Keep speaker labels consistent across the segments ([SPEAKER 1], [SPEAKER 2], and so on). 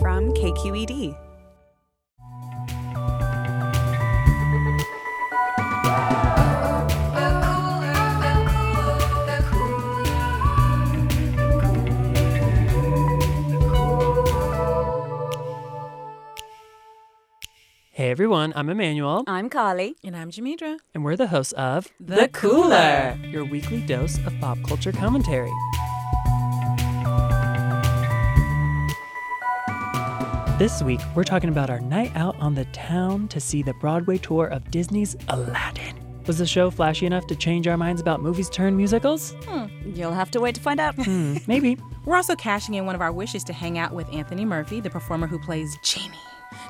[SPEAKER 1] from
[SPEAKER 2] E
[SPEAKER 1] KQED.
[SPEAKER 3] Hey everyone, I'm Emmanuel,
[SPEAKER 1] I'm Carly.
[SPEAKER 4] And I'm Jamidra.
[SPEAKER 3] and we're the hosts of
[SPEAKER 4] The Cooler.
[SPEAKER 3] your weekly dose of pop culture commentary. This week, we're talking about our night out on the town to see the Broadway tour of Disney's Aladdin. Was the show flashy enough to change our minds about movies turned musicals?
[SPEAKER 1] Hmm, You'll have to wait to find out.
[SPEAKER 3] Hmm, maybe.
[SPEAKER 4] We're also cashing in one of our wishes to hang out with Anthony Murphy, the performer who plays Genie,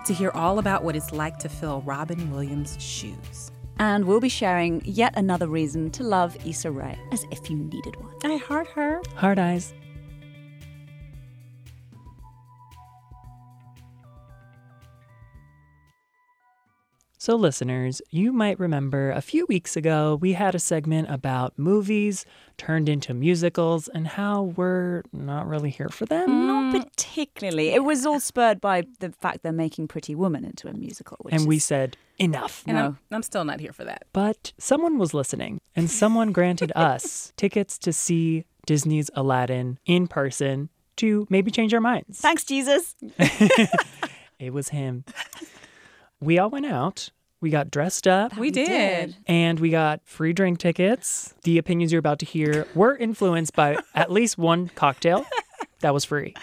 [SPEAKER 4] to hear all about what it's like to fill Robin Williams' shoes.
[SPEAKER 2] And we'll be sharing yet another reason to love Issa Rae, as if you needed one.
[SPEAKER 4] I heard her.
[SPEAKER 3] Hard eyes. So, listeners, you might remember a few weeks ago we had a segment about movies turned into musicals and how we're not really here for them.
[SPEAKER 2] Not particularly. It was all spurred by the fact they're making Pretty Woman into a musical. Which
[SPEAKER 3] and we
[SPEAKER 2] is-
[SPEAKER 3] said, enough.
[SPEAKER 4] And I'm,
[SPEAKER 2] No.
[SPEAKER 4] I'm still not here for that.
[SPEAKER 3] But someone was listening, and someone granted us tickets to see Disney's Aladdin in person to maybe change our minds.
[SPEAKER 2] Thanks, Jesus.
[SPEAKER 3] It was him. we all went out. We got dressed up
[SPEAKER 4] We Oh, did.
[SPEAKER 3] and we got free drink tickets. The opinions you're about to hear were influenced by at least one cocktail that was free.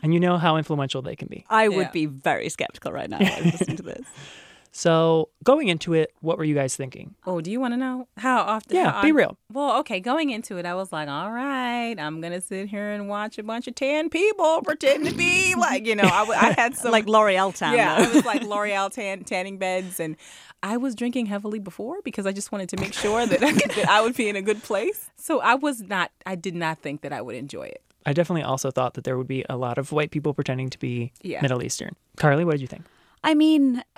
[SPEAKER 3] And you know how influential they can be.
[SPEAKER 2] I
[SPEAKER 4] Yeah.
[SPEAKER 2] would be very skeptical right now if I was listening to this.
[SPEAKER 3] So, going into it, what were you guys thinking?
[SPEAKER 4] Oh, do you want to know how often?
[SPEAKER 3] Yeah,
[SPEAKER 4] how
[SPEAKER 3] be
[SPEAKER 4] often-
[SPEAKER 3] real.
[SPEAKER 4] Well, okay, going into it, I was like, all right, I'm going to sit here and watch a bunch of tan people pretend to be like, you know, I, w- I had some.
[SPEAKER 2] Like L'Oreal Town.
[SPEAKER 4] yeah,
[SPEAKER 2] though.
[SPEAKER 4] it was like L'Oreal tan, tanning beds, and I was drinking heavily before because I just wanted to make sure that I, could, that I would be in a good place. So I was not. I did not think that I would enjoy it.
[SPEAKER 3] I definitely also thought that there would be a lot of white people pretending to be
[SPEAKER 4] Yeah.
[SPEAKER 3] Middle Eastern. Carly, what did you think?
[SPEAKER 2] I mean,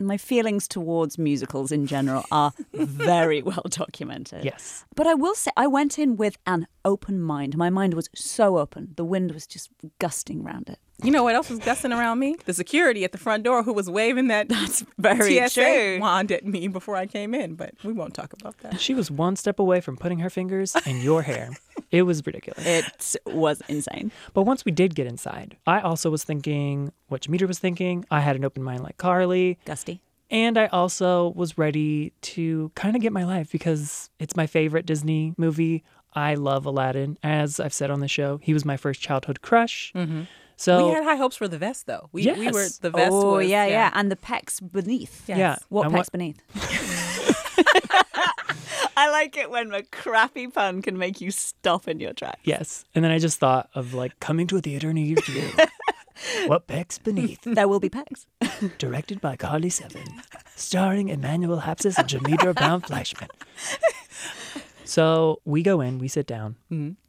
[SPEAKER 2] my feelings towards musicals in general are very well documented.
[SPEAKER 3] Yes.
[SPEAKER 2] But I will say, I went in with an open mind. My mind was so open. The wind was just gusting round it.
[SPEAKER 4] You know what else was gussing around me? The security at the front door who was waving that that's
[SPEAKER 2] very
[SPEAKER 4] TSA
[SPEAKER 2] true.
[SPEAKER 4] wand at me before I came in. But we won't talk about that.
[SPEAKER 3] She was one step away from putting her fingers in your hair. It was ridiculous.
[SPEAKER 2] It was insane.
[SPEAKER 3] But once we did get inside, I also was thinking what Jameter was thinking. I had an open mind like Carly.
[SPEAKER 2] Gusty.
[SPEAKER 3] And I also was ready to kind of get my life because it's my favorite Disney movie. I love Aladdin. As I've said on the show, he was my first childhood crush.
[SPEAKER 2] Mm-hmm.
[SPEAKER 3] So,
[SPEAKER 4] we had high hopes for the vest, though. We, we were
[SPEAKER 3] Yes.
[SPEAKER 4] the vest.
[SPEAKER 2] oh
[SPEAKER 4] was,
[SPEAKER 2] yeah, yeah, and the pecs beneath.
[SPEAKER 4] Yes.
[SPEAKER 3] yeah.
[SPEAKER 2] What
[SPEAKER 3] I
[SPEAKER 2] pecs
[SPEAKER 3] wa-
[SPEAKER 2] beneath? I like it when a crappy pun can make you stop in your tracks.
[SPEAKER 3] yes. And then I just thought of like coming to a theater near you. what Pecs Beneath,
[SPEAKER 2] There will be pecs.
[SPEAKER 3] directed by Carly Seven, starring Emmanuel Hapsis and Jameter Brown Fleischman. So we go in, we sit down.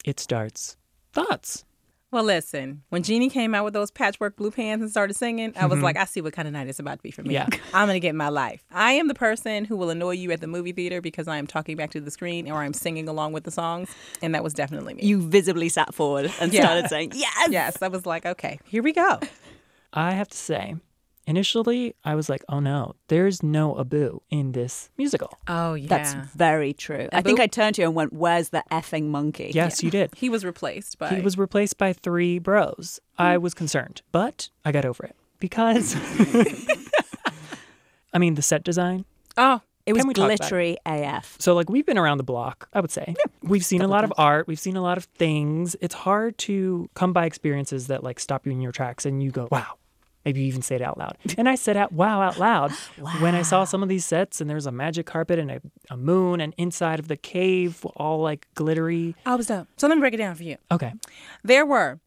[SPEAKER 3] It starts. Thoughts.
[SPEAKER 4] Well, listen, when Jeannie came out with those patchwork blue pants and started singing, I was like, I see what kind of night it's about to be for me.
[SPEAKER 3] Yeah.
[SPEAKER 4] I'm going to get my life. I am the person who will annoy you at the movie theater because I am talking back to the screen or I'm singing along with the songs. And that was definitely me.
[SPEAKER 2] You visibly sat forward and
[SPEAKER 4] Yeah.
[SPEAKER 2] started saying, "Yes."
[SPEAKER 4] yes, I was like, okay, here we go.
[SPEAKER 3] I have to say, initially, I was like, oh no, there's no Abu in this musical.
[SPEAKER 4] Oh, yeah.
[SPEAKER 2] That's very true. I think I turned to you and went, "Where's the effing monkey?"
[SPEAKER 3] Yes, you did.
[SPEAKER 4] He was replaced by.
[SPEAKER 3] He was replaced by three bros. I was concerned, but I got over it because, I mean, the set design.
[SPEAKER 4] Oh,
[SPEAKER 2] It was
[SPEAKER 3] Can we talk about it?
[SPEAKER 2] glittery AF.
[SPEAKER 3] So, like, we've been around the block, I would say. We've seen a lot of art, we've seen a lot of things. It's hard to come by experiences that, like, stop you in your tracks and you go, wow. Maybe you even say it out loud. And I said out wow out loud when I saw some of these sets and there's a magic carpet and a, a moon and inside of the cave all like glittery.
[SPEAKER 4] I was done. So let me break it down for you.
[SPEAKER 3] Okay.
[SPEAKER 4] There were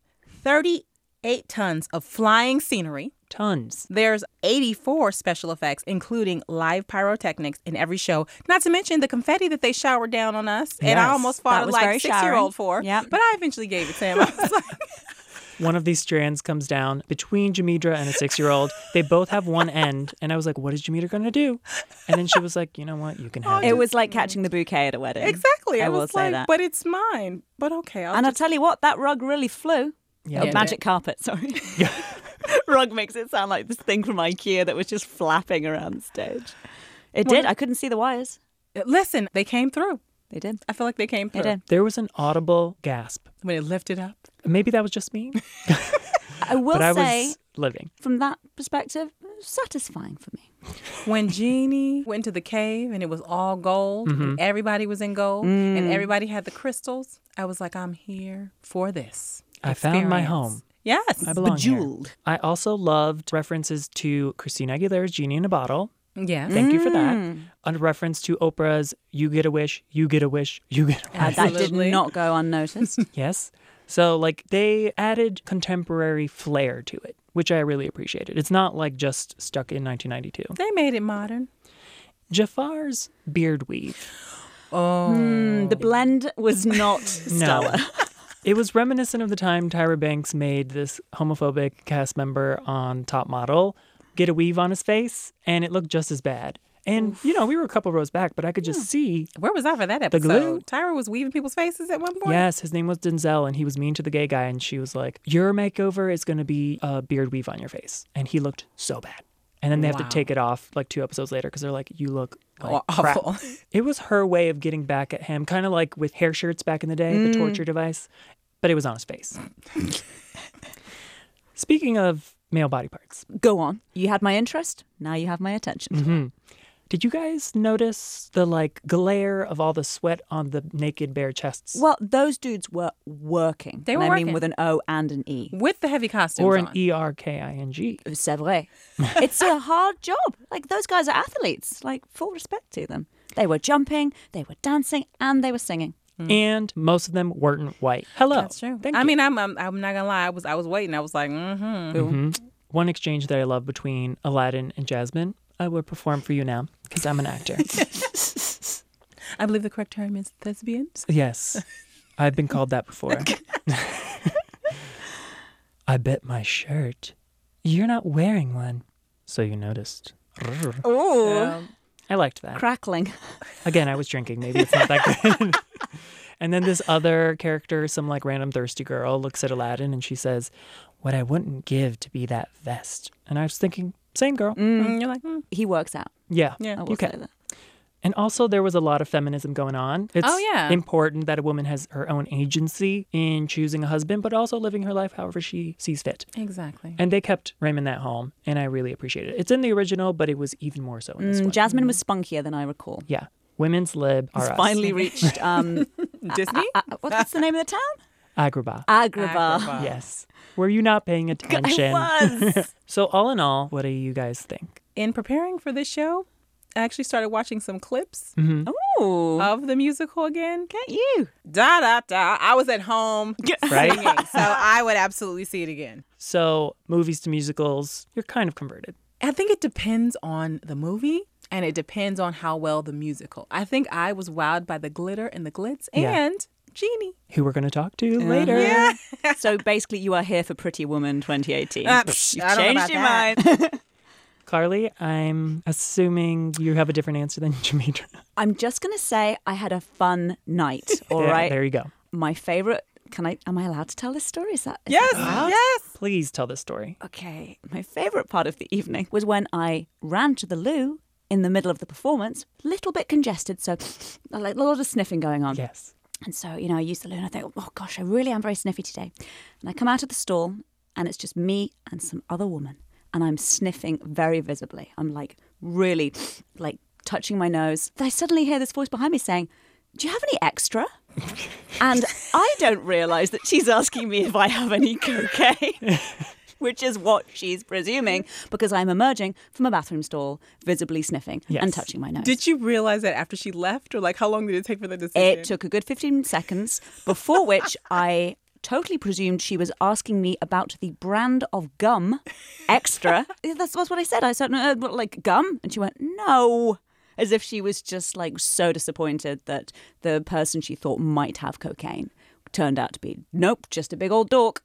[SPEAKER 4] 38 tons of flying scenery.
[SPEAKER 3] Tons.
[SPEAKER 4] There's 84 special effects, including live pyrotechnics in every show. Not to mention the confetti that they showered down on us, and I
[SPEAKER 3] Yes.
[SPEAKER 4] almost
[SPEAKER 2] That
[SPEAKER 4] fought a
[SPEAKER 2] was
[SPEAKER 4] like
[SPEAKER 2] very
[SPEAKER 4] six year old for.
[SPEAKER 2] showering. Yep.
[SPEAKER 4] but I eventually gave it to him. I was like,
[SPEAKER 3] One of these strands comes down between Jamidra and a six year old. They both have one end. And I was like, what is Jamidra going to do? And then she was like, you know what? You can have
[SPEAKER 2] Oh, It was like catching the bouquet at a wedding.
[SPEAKER 4] exactly. I,
[SPEAKER 2] I
[SPEAKER 4] was
[SPEAKER 2] will say
[SPEAKER 4] like,
[SPEAKER 2] that.
[SPEAKER 4] but it's mine. But okay, I'll
[SPEAKER 2] And I'll
[SPEAKER 4] just,
[SPEAKER 2] tell you what, that rug really flew.
[SPEAKER 3] Yeah.
[SPEAKER 2] Oh,
[SPEAKER 4] Yeah.
[SPEAKER 2] magic carpet, sorry.
[SPEAKER 3] Yeah.
[SPEAKER 2] Rug makes it sound like this thing from IKEA that was just flapping around the stage. It
[SPEAKER 4] Well,
[SPEAKER 2] did. I couldn't see the wires.
[SPEAKER 4] Listen, they came through.
[SPEAKER 2] They did.
[SPEAKER 4] I feel like they came
[SPEAKER 2] They
[SPEAKER 4] through.
[SPEAKER 2] did.
[SPEAKER 3] There was an audible gasp.
[SPEAKER 4] When it lifted up.
[SPEAKER 3] Maybe that was just me,
[SPEAKER 2] I will
[SPEAKER 3] but I
[SPEAKER 2] say,
[SPEAKER 3] was living.
[SPEAKER 2] from that perspective, satisfying for me.
[SPEAKER 4] When Jeannie went to the cave and it was all gold
[SPEAKER 2] Mm-hmm.
[SPEAKER 4] and everybody was in gold
[SPEAKER 2] Mm.
[SPEAKER 4] and everybody had the crystals, I was like, I'm here for this.
[SPEAKER 3] I found my
[SPEAKER 4] experience.
[SPEAKER 3] home.
[SPEAKER 4] Yes.
[SPEAKER 3] I belong here.
[SPEAKER 2] Bejeweled.
[SPEAKER 3] I also loved references to Christina Aguilera's Genie in a Bottle.
[SPEAKER 4] yes.
[SPEAKER 3] Thank you for that.
[SPEAKER 2] Mm.
[SPEAKER 3] A reference to Oprah's You Get a Wish, You Get a Wish, You Get a Wish.
[SPEAKER 2] Uh, that did
[SPEAKER 4] Absolutely.
[SPEAKER 2] not go unnoticed.
[SPEAKER 3] Yes. So, like, they added contemporary flair to it, which I really appreciated. It's not like just stuck in 1992.
[SPEAKER 4] They made it modern.
[SPEAKER 3] Jafar's beard weave.
[SPEAKER 4] Oh.
[SPEAKER 2] Mm, the blend was not stellar.
[SPEAKER 3] It was reminiscent of the time Tyra Banks made this homophobic cast member on Top Model get a weave on his face, and it looked just as bad. And, you know, we were a couple rows back, but I could just see.
[SPEAKER 4] Where was I for that episode?
[SPEAKER 3] glue?
[SPEAKER 4] Tyra was weaving people's faces at one point.
[SPEAKER 3] Yes, his name was Denzel, and he was mean to the gay guy, and she was like, Your makeover is going to be a beard weave on your face. And he looked so bad. And then they have
[SPEAKER 4] Wow.
[SPEAKER 3] to take it off like two episodes later because they're like, You look like
[SPEAKER 4] Aw-
[SPEAKER 3] crap."
[SPEAKER 4] awful.
[SPEAKER 3] It was her way of getting back at him, kind of like with hair shirts back in the day,
[SPEAKER 4] Mm.
[SPEAKER 3] the torture device, but it was on his face. Speaking of male body parts,
[SPEAKER 2] Go on. You had my interest. Now you have my attention.
[SPEAKER 3] did you guys notice the like glare of all the sweat on the naked bare chests?
[SPEAKER 2] Well, those dudes were working.
[SPEAKER 4] They
[SPEAKER 2] and
[SPEAKER 4] were
[SPEAKER 2] I
[SPEAKER 4] working.
[SPEAKER 2] mean with an O and an E.
[SPEAKER 4] With the heavy costumes
[SPEAKER 3] or an
[SPEAKER 4] on.
[SPEAKER 3] E R K I N G.
[SPEAKER 2] C'est vrai. It's a hard job. Like those guys are athletes. Like full respect to them. They were jumping, they were dancing, and they were singing.
[SPEAKER 3] And most of them weren't white. Hello.
[SPEAKER 4] Mm. That's true.
[SPEAKER 3] Thank
[SPEAKER 4] I
[SPEAKER 3] you.
[SPEAKER 4] mean, I'm, I'm I'm not gonna lie. I was I was waiting. I was like, mm-hmm.
[SPEAKER 3] one exchange that I love between Aladdin and Jasmine. I would perform for you now because I'm an actor.
[SPEAKER 4] I believe the correct term is thespians.
[SPEAKER 3] yes, I've been called that before. I bet my shirt. You're not wearing one. So you noticed.
[SPEAKER 2] Oh,
[SPEAKER 4] Um,
[SPEAKER 3] I liked that.
[SPEAKER 2] crackling.
[SPEAKER 3] Again, I was drinking. Maybe it's not that good. and then this other character, some like random thirsty girl, looks at Aladdin and she says, What I wouldn't give to be that vest. And I was thinking, same girl.
[SPEAKER 4] mm, You're like, mm,
[SPEAKER 2] He works out.
[SPEAKER 3] Yeah.
[SPEAKER 4] yeah.
[SPEAKER 2] I will
[SPEAKER 3] Okay.
[SPEAKER 2] say that.
[SPEAKER 3] And also, there was a lot of feminism going on.
[SPEAKER 2] Oh,
[SPEAKER 3] It's
[SPEAKER 4] yeah.
[SPEAKER 3] important that a woman has her own agency in choosing a husband, but also living her life however she sees fit.
[SPEAKER 4] Exactly.
[SPEAKER 3] And they kept Raymond that home, and I really appreciate it. It's in the original, but it was even more so in this
[SPEAKER 2] Mm,
[SPEAKER 3] one.
[SPEAKER 2] Jasmine was spunkier than I recall.
[SPEAKER 3] yeah, women's lib are
[SPEAKER 2] He's
[SPEAKER 3] us.
[SPEAKER 2] finally reached. Um,
[SPEAKER 4] Disney.
[SPEAKER 2] uh, what's the name of the town?
[SPEAKER 3] Agrabah.
[SPEAKER 2] Agrabah.
[SPEAKER 4] Agrabah.
[SPEAKER 3] yes. Were you not paying attention?
[SPEAKER 2] I Ah. was.
[SPEAKER 3] So all in all, what do you guys think?
[SPEAKER 4] In preparing for this show, I actually started watching some clips
[SPEAKER 3] Mm-hmm.
[SPEAKER 2] Ooh,
[SPEAKER 4] of the musical again.
[SPEAKER 2] at you.
[SPEAKER 4] Da da da. I was at home
[SPEAKER 3] Right.
[SPEAKER 4] singing, so I would absolutely see it again.
[SPEAKER 3] So movies to musicals, you're kind of converted.
[SPEAKER 4] I think it depends on the movie and it depends on how well the musical. I think I was wowed by the glitter and the glitz
[SPEAKER 3] Yeah.
[SPEAKER 4] and Genie.
[SPEAKER 3] Who we're going to talk
[SPEAKER 2] Uh-huh.
[SPEAKER 3] to later.
[SPEAKER 2] So basically, you are here for Pretty Woman 2018.
[SPEAKER 4] Ah, psh,
[SPEAKER 2] You've
[SPEAKER 4] I don't know
[SPEAKER 2] changed
[SPEAKER 4] about
[SPEAKER 2] your
[SPEAKER 4] that.
[SPEAKER 2] mind.
[SPEAKER 3] Carly, I'm assuming you have a different answer than Jamitra.
[SPEAKER 2] I'm just gonna say I had a fun night. All
[SPEAKER 3] Yeah,
[SPEAKER 2] right,
[SPEAKER 3] There you go.
[SPEAKER 2] my favorite. Can I? Am I allowed to tell this story? Is that? is
[SPEAKER 4] Yes,
[SPEAKER 2] that allowed?
[SPEAKER 4] yes.
[SPEAKER 3] Please tell this story.
[SPEAKER 2] Okay. My favorite part of the evening was when I ran to the loo in the middle of the performance, little bit congested, so like a lot of sniffing going on.
[SPEAKER 3] Yes.
[SPEAKER 2] And so, you know, I use the loo and I think, oh gosh, I really am very sniffy today. And I come out of the stall and it's just me and some other woman. And I'm sniffing very visibly. I'm like really like touching my nose. I suddenly hear this voice behind me saying, Do you have any extra? and I don't realize that she's asking me if I have any cocaine. Which is what she's presuming because I'm emerging from a bathroom stall, visibly sniffing
[SPEAKER 3] Yes.
[SPEAKER 2] and touching my nose.
[SPEAKER 4] Did you realize that after she left, or like how long did it take for the decision?
[SPEAKER 2] It took a good 15 seconds, before which I totally presumed she was asking me about the brand of gum extra. Yeah, that's, that's what I said. I said, "Uh, but like gum? And she went, no. As if she was just like so disappointed that the person she thought might have cocaine turned out to be, nope, just a big old dork.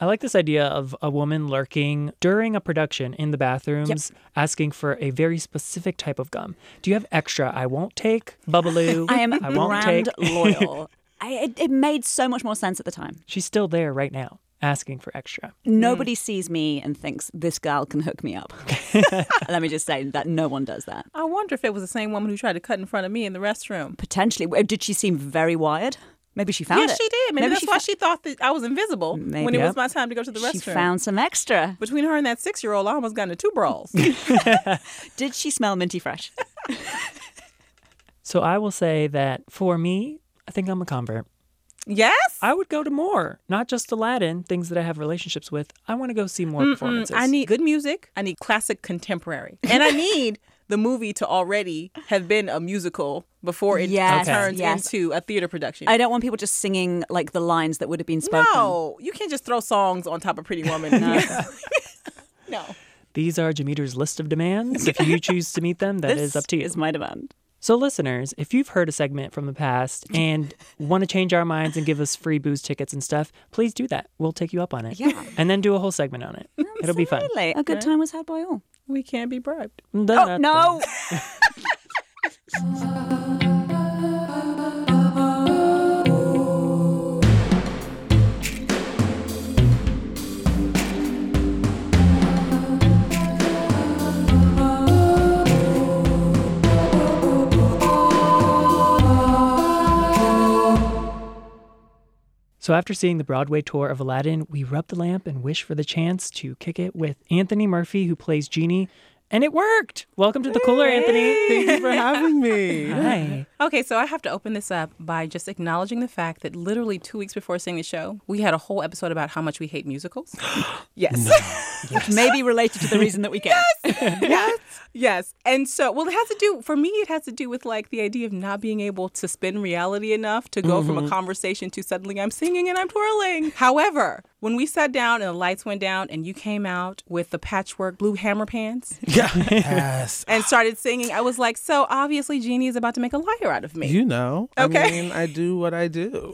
[SPEAKER 3] I like this idea of a woman lurking during a production in the bathrooms asking for a very specific type of gum. Do you have extra? I won't take. Bubbaloo.
[SPEAKER 2] I am
[SPEAKER 3] I won't
[SPEAKER 2] brand
[SPEAKER 3] take.
[SPEAKER 2] loyal. I, it, it made so much more sense at the time.
[SPEAKER 3] She's still there right now asking for extra.
[SPEAKER 2] Nobody sees me and thinks this girl can hook me up. Let me just say that no one does that.
[SPEAKER 4] I wonder if it was the same woman who tried to cut in front of me in the restroom.
[SPEAKER 2] Potentially, Well, did she seem very wired? Maybe she found
[SPEAKER 4] Yeah,
[SPEAKER 2] it.
[SPEAKER 4] she did. Maybe, that's
[SPEAKER 2] she
[SPEAKER 4] why
[SPEAKER 2] fo-
[SPEAKER 4] she thought that I was invisible when
[SPEAKER 2] Maybe.
[SPEAKER 4] it was
[SPEAKER 3] Yep.
[SPEAKER 4] my time to go to the restroom.
[SPEAKER 2] she found some extra.
[SPEAKER 4] Between her and that six year old, I almost got into two brawls.
[SPEAKER 2] Did she smell minty fresh?
[SPEAKER 3] So I will say that for me, I think I'm a convert.
[SPEAKER 4] yes?
[SPEAKER 3] I would go to more, not just Aladdin, things that I have relationships with. I want to go see more performances.
[SPEAKER 4] I need good music. I need classic contemporary. And I need the movie to already have been a musical before it
[SPEAKER 2] Yes,
[SPEAKER 4] turns
[SPEAKER 2] yes.
[SPEAKER 4] into a theater production.
[SPEAKER 2] I don't want people just singing like the lines that would have been spoken.
[SPEAKER 4] no, you can't just throw songs on top of Pretty Woman. no.
[SPEAKER 3] These are Jameter's list of demands. If you choose to meet them, that is
[SPEAKER 2] This
[SPEAKER 3] up to you.
[SPEAKER 2] Is my demand.
[SPEAKER 3] So, listeners, if you've heard a segment from the past and want to change our minds and give us free booze tickets and stuff, please do that. We'll take you up on it.
[SPEAKER 2] Yeah.
[SPEAKER 3] And then do a whole segment on it. It'll be fun.
[SPEAKER 2] Really, a good time was had by all.
[SPEAKER 4] We can't be bribed.
[SPEAKER 2] Oh no!
[SPEAKER 3] So, after seeing the Broadway tour of Aladdin, we rub the lamp and wish for the chance to kick it with Anthony Murphy, who plays Genie. And it worked. Welcome to the cooler, Anthony.
[SPEAKER 5] Thank you for having me.
[SPEAKER 3] Hi.
[SPEAKER 4] Okay, so I have to open this up by just acknowledging the fact that literally two weeks before seeing the show, we had a whole episode about how much we hate musicals. yes.
[SPEAKER 2] Which may be related to the reason that we get.
[SPEAKER 4] yes. Yes. And so, well, it has to do, for me, it has to do with like the idea of not being able to spin reality enough to go from a conversation to suddenly I'm singing and I'm twirling. However, when we sat down and the lights went down and you came out with the patchwork blue hammer pants
[SPEAKER 5] yes.
[SPEAKER 4] and started singing, I was like, so obviously Jeannie is about to make a liar out of me.
[SPEAKER 5] You know. I
[SPEAKER 4] Okay.
[SPEAKER 5] mean, I do what I do.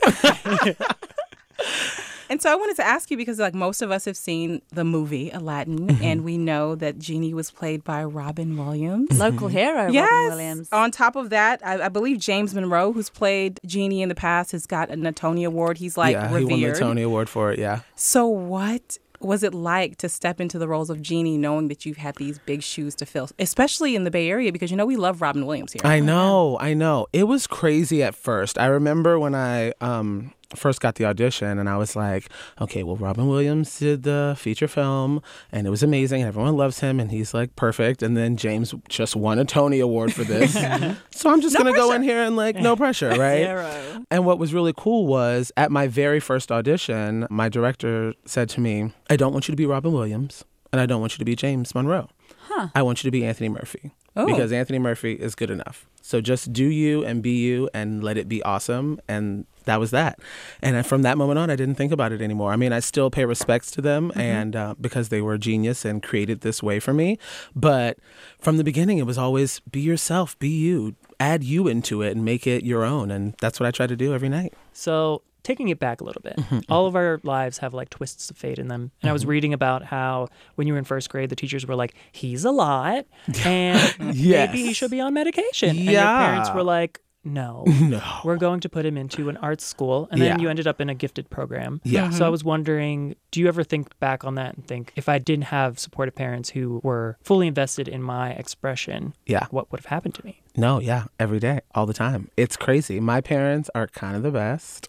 [SPEAKER 4] And so I wanted to ask you because, like, most of us have seen the movie Aladdin, and we know that Genie was played by Robin Williams.
[SPEAKER 2] Local hero, Robin
[SPEAKER 4] Yes.
[SPEAKER 2] Williams.
[SPEAKER 4] On top of that, I, I believe James Monroe, who's played Genie in the past, has got an Tony Award. He's like
[SPEAKER 5] yeah,
[SPEAKER 4] revered.
[SPEAKER 5] he won the Tony Award for it. Yeah.
[SPEAKER 4] So what was it like to step into the roles of Genie, knowing that you've had these big shoes to fill, especially in the Bay Area, because you know we love Robin Williams here.
[SPEAKER 5] I know, I know. It was crazy at first. I remember when I um first got the audition and I was like, okay, well Robin Williams did the feature film and it was amazing and everyone loves him and he's like perfect and then James just won a Tony award for this. so I'm just going to go in here and like no pressure, right? And what was really cool was at my very first audition, my director said to me, "I don't want you to be Robin Williams and I don't want you to be James Monroe." I want you to be Anthony Murphy because Anthony Murphy is good enough. So just do you and be you and let it be awesome. And that was that. And I- from that moment on, I didn't think about it anymore. I mean, I still pay respects to them and uh, because they were a genius and created this way for me. But from the beginning, it was always be yourself, be you, add you into it and make it your own. And that's what I try to do every night.
[SPEAKER 3] So, taking it back a little bit,
[SPEAKER 5] Mm-hmm,
[SPEAKER 3] all of our lives have like twists of fate in them. And I was reading about how when you were in first grade, the teachers were like, he's a lot and
[SPEAKER 5] Yes.
[SPEAKER 3] maybe he should be on medication. And your parents
[SPEAKER 5] Yeah.
[SPEAKER 3] were like, no,
[SPEAKER 5] No.
[SPEAKER 3] we're going to put him into an arts school. And then
[SPEAKER 5] Yeah.
[SPEAKER 3] you ended up in a gifted program.
[SPEAKER 5] Yeah.
[SPEAKER 3] So, I was wondering, do you ever think back on that and think, if I didn't have supportive parents who were fully invested in my expression,
[SPEAKER 5] Yeah.
[SPEAKER 3] what would have happened to me?
[SPEAKER 5] No, yeah, every day, all the time. It's crazy. My parents are kind of the best.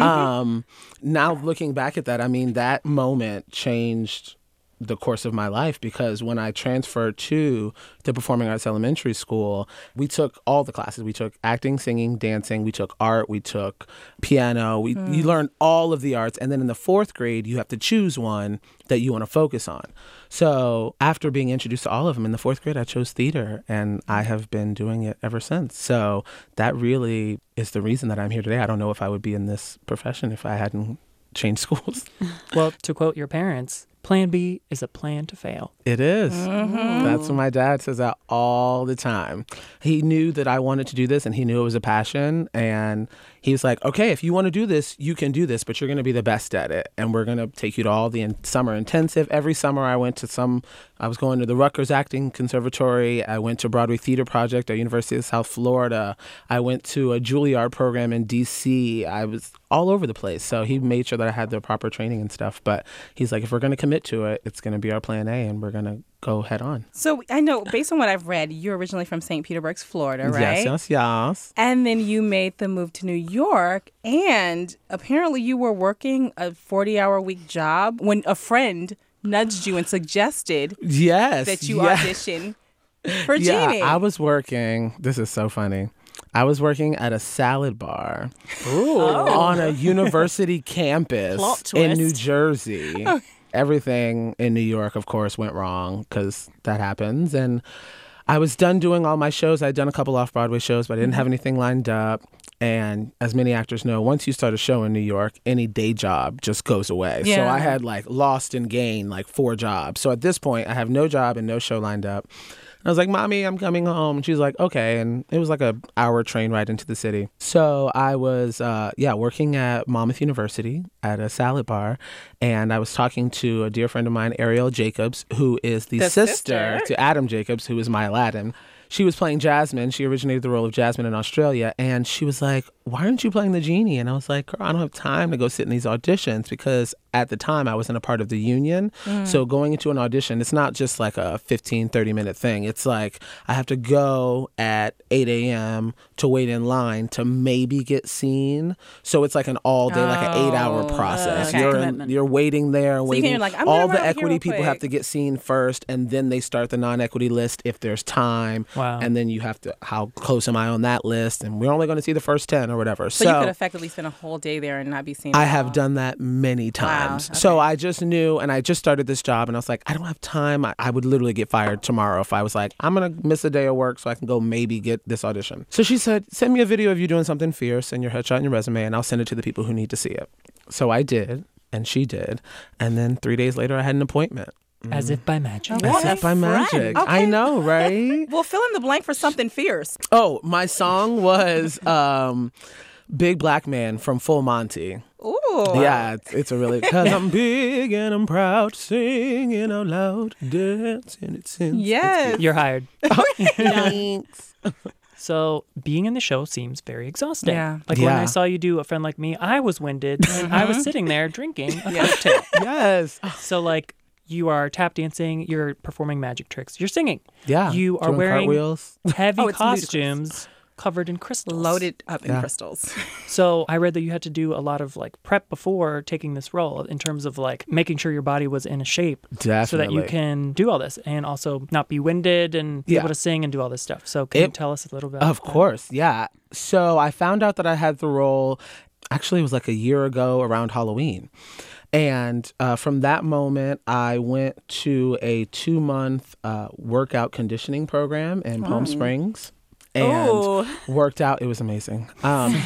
[SPEAKER 5] um, now looking back at that, I mean, that moment changed the course of my life because when I transferred to the Performing Arts Elementary School, we took all the classes. We took acting, singing, dancing, we took art, we took piano. We you learn all of the arts and then in the 4th grade you have to choose one that you want to focus on. So, after being introduced to all of them in the 4th grade, I chose theater and I have been doing it ever since. So, that really is the reason that I'm here today. I don't know if I would be in this profession if I hadn't changed schools.
[SPEAKER 3] Well, to quote your parents, plan B is a plan to fail.
[SPEAKER 5] It is. That's what my dad says that all the time. He knew that I wanted to do this and he knew it was a passion. And he was like, okay, if you want to do this, you can do this, but you're going to be the best at it. And we're going to take you to all the in- summer intensive. Every summer I went to some, I was going to the Rutgers Acting Conservatory. I went to Broadway Theater Project at University of South Florida. I went to a Juilliard program in DC. I was all over the place. So he made sure that I had the proper training and stuff. But he's like, if we're going to commit to it, it's going to be our plan A and we're going to go head on.
[SPEAKER 4] So I know, based on what I've read, you're originally from St. Petersburg, Florida, right?
[SPEAKER 5] Yes, yes, yes.
[SPEAKER 4] And then you made the move to New York, and apparently you were working a 40 hour week job when a friend nudged you and suggested
[SPEAKER 5] Yes.
[SPEAKER 4] that you
[SPEAKER 5] yes.
[SPEAKER 4] audition for
[SPEAKER 5] Yeah,
[SPEAKER 4] Jeannie.
[SPEAKER 5] I was working. This is so funny. I was working at a salad bar on a university campus
[SPEAKER 1] Oh. Plot
[SPEAKER 5] in New
[SPEAKER 1] twist.
[SPEAKER 5] Jersey. Everything in New York, of course, went wrong because that happens. And I was done doing all my shows. I'd done a couple off Broadway shows, but I didn't have
[SPEAKER 1] Mm-hmm.
[SPEAKER 5] anything lined up. And as many actors know, once you start a show in New York, any day job just goes away. So
[SPEAKER 4] Yeah.
[SPEAKER 5] I had like lost and gained like four jobs. So at this point, I have no job and no show lined up. And I was like, "Mommy, I'm coming home." And she's like, "Okay." And it was like a hour train ride into the city. So I was, uh, yeah, working at Monmouth University at a salad bar, and I was talking to a dear friend of mine, Ariel Jacobs, who is the,
[SPEAKER 4] The
[SPEAKER 5] sister,
[SPEAKER 4] sister.
[SPEAKER 5] to Adam Jacobs, who is my Aladdin. She was playing Jasmine. She originated the role of Jasmine in Australia, and she was like, "Why aren't you playing the genie?" And I was like, "Girl, I don't have time to go sit in these auditions because at the time I wasn't a part of the union.
[SPEAKER 4] Mm.
[SPEAKER 5] So going into an audition, it's not just like a 15, 30 minute thing. It's like I have to go at 8 a.m. to wait in line to maybe get seen. So it's like an all day, like an eight hour process.
[SPEAKER 4] Oh, okay.
[SPEAKER 5] You're in,
[SPEAKER 2] Commitment.
[SPEAKER 5] you're waiting there and
[SPEAKER 4] you
[SPEAKER 5] waiting.
[SPEAKER 4] can't like, "I'm gonna
[SPEAKER 5] all
[SPEAKER 4] run
[SPEAKER 5] the
[SPEAKER 4] over here
[SPEAKER 5] equity
[SPEAKER 4] real
[SPEAKER 5] people have
[SPEAKER 4] quick.
[SPEAKER 5] to get seen first, and then they start the non equity list if there's time.
[SPEAKER 3] Wow.
[SPEAKER 5] And then you have to how close am I on that list? And we're only going to see the first ten or whatever.
[SPEAKER 4] so, you could effectively spend a whole day there and not be seen.
[SPEAKER 5] I
[SPEAKER 4] at
[SPEAKER 5] have
[SPEAKER 4] all.
[SPEAKER 5] done that many times. So I just knew, and I just started this job, and I was like, I don't have time. I, I would literally get fired tomorrow if I was like, I'm gonna miss a day of work so I can go maybe get this audition. So she said, send me a video of you doing something fierce and your headshot and your resume, and I'll send it to the people who need to see it. So I did, and she did, and then three days later, I had an appointment.
[SPEAKER 3] as if by magic.
[SPEAKER 4] Oh.
[SPEAKER 5] As if by magic. I
[SPEAKER 4] Okay.
[SPEAKER 5] know, right?
[SPEAKER 4] Well, fill in the blank for something fierce.
[SPEAKER 5] oh, my song was um, "Big Black Man" from Full Monty.
[SPEAKER 4] Ooh.
[SPEAKER 5] Yeah, it's, it's a really because I'm big and I'm proud, singing out loud, dancing. It's in.
[SPEAKER 4] Yes.
[SPEAKER 3] You're hired.
[SPEAKER 5] Thanks.
[SPEAKER 3] So being in the show seems very exhausting.
[SPEAKER 4] Yeah.
[SPEAKER 3] Like when
[SPEAKER 5] Yeah.
[SPEAKER 3] I saw you do a friend like me, I was winded and I
[SPEAKER 4] Mm-hmm.
[SPEAKER 3] was sitting there drinking a cocktail.
[SPEAKER 5] yes.
[SPEAKER 3] So like you are tap dancing, you're performing magic tricks, you're singing.
[SPEAKER 5] Yeah.
[SPEAKER 3] You are
[SPEAKER 5] doing
[SPEAKER 3] wearing
[SPEAKER 5] cartwheels.
[SPEAKER 3] heavy
[SPEAKER 4] Oh, it's ludicrous.
[SPEAKER 3] costumes covered in crystals.
[SPEAKER 4] Loaded up in
[SPEAKER 5] Yeah.
[SPEAKER 4] crystals.
[SPEAKER 3] So I read that you had to do a lot of like prep before taking this role in terms of like making sure your body was in a shape so that you
[SPEAKER 5] Definitely.
[SPEAKER 3] can do all this and also not be winded and be
[SPEAKER 5] Yeah.
[SPEAKER 3] able to sing and do all this stuff. So can you
[SPEAKER 5] It-
[SPEAKER 3] tell us a little bit?
[SPEAKER 5] Of course, yeah. So I found out that I had the role. Actually, it was like a year ago around Halloween, and uh, from that moment, I went to a two-month uh, workout conditioning program in
[SPEAKER 4] Oh.
[SPEAKER 5] Palm Springs. And
[SPEAKER 1] Ooh.
[SPEAKER 5] worked out. It was amazing. Um,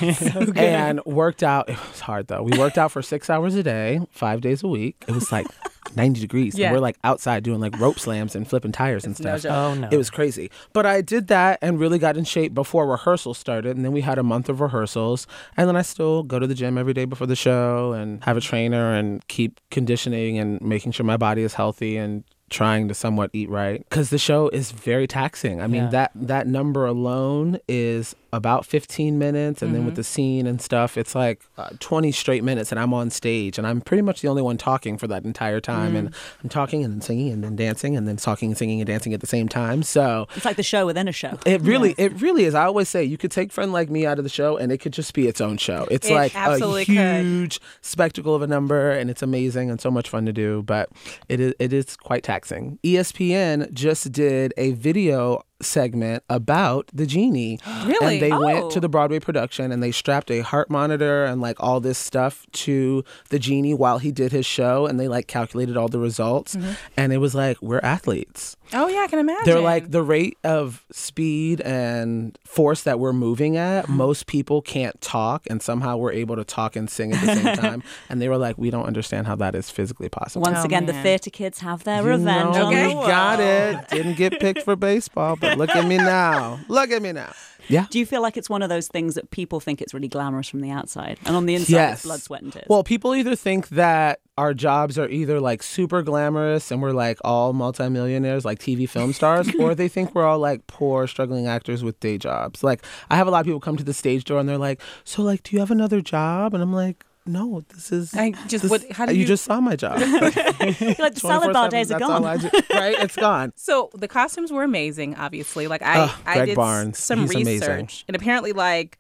[SPEAKER 5] And worked out. It was hard though. We worked out for six hours a day, five days a week. It was like 90 degrees.
[SPEAKER 4] Yeah.
[SPEAKER 5] And we're like outside doing like rope slams and flipping tires and
[SPEAKER 4] no
[SPEAKER 5] stuff.
[SPEAKER 4] joke.
[SPEAKER 3] Oh no.
[SPEAKER 5] It was crazy. But I did that and really got in shape before rehearsals started. And then we had a month of rehearsals. And then I still go to the gym every day before the show and have a trainer and keep conditioning and making sure my body is healthy and trying to somewhat eat right because the show is very taxing i mean
[SPEAKER 3] Yeah.
[SPEAKER 5] that that number alone is about 15 minutes and then with the scene and stuff it's like uh, 20 straight minutes and i'm on stage and i'm pretty much the only one talking for that entire time and i'm talking and then singing and then dancing and then talking and singing and dancing at the same time so
[SPEAKER 1] It's like the show within a show.
[SPEAKER 5] it really, it really is. I always say you could take friend like me out of the show, and it could just be its own show. It's
[SPEAKER 4] It
[SPEAKER 5] like a
[SPEAKER 4] absolutely could.
[SPEAKER 5] huge spectacle of a number, and it's amazing and so much fun to do. But it is, it is quite taxing. E ESPN just did a video segment about the genie.
[SPEAKER 4] Really?
[SPEAKER 5] And they went
[SPEAKER 1] Oh.
[SPEAKER 5] to the Broadway production and they strapped a heart monitor and like all this stuff to the genie while he did his show, and they like calculated all the results,
[SPEAKER 4] Mm-hmm.
[SPEAKER 5] and it was like we're athletes.
[SPEAKER 4] Oh yeah, I can imagine.
[SPEAKER 5] They're like the rate of speed and force that we're moving at. Most people can't talk, and somehow we're able to talk and sing at the same time. And they were like, "We don't understand how that is physically possible."
[SPEAKER 2] Once
[SPEAKER 4] Oh,
[SPEAKER 2] again, the
[SPEAKER 4] man.
[SPEAKER 2] theatre kids have their
[SPEAKER 5] You
[SPEAKER 2] revenge
[SPEAKER 5] know
[SPEAKER 2] on the
[SPEAKER 5] we got it. Didn't get picked for baseball, but look at me now. Look at me now. Yeah.
[SPEAKER 1] Do you feel like it's one of those things that people think it's really glamorous from the outside, and on the inside, it's blood, sweat, and tears?
[SPEAKER 5] Well, people either think that our jobs are either like super glamorous and we're like all multimillionaires, like TV film stars, or they think we're all like poor, struggling actors with day jobs. Like, I have a lot of people come to the stage door and they're like, "So, like, do you have another job?" And I'm like, "No, this is."
[SPEAKER 4] I just-
[SPEAKER 5] this-
[SPEAKER 4] what- how do
[SPEAKER 5] you,
[SPEAKER 4] you-
[SPEAKER 5] just saw my job?
[SPEAKER 1] like the salad bar
[SPEAKER 5] 24/7,
[SPEAKER 1] days are
[SPEAKER 5] that's all
[SPEAKER 1] gone.
[SPEAKER 5] I do. right? It's gone.
[SPEAKER 4] So the costumes were amazing, obviously. Like I,
[SPEAKER 5] Ugh,
[SPEAKER 4] I
[SPEAKER 5] Greg
[SPEAKER 4] did s-
[SPEAKER 5] Barnes,
[SPEAKER 4] some
[SPEAKER 5] he's
[SPEAKER 4] research,
[SPEAKER 5] amazing.
[SPEAKER 4] and apparently, like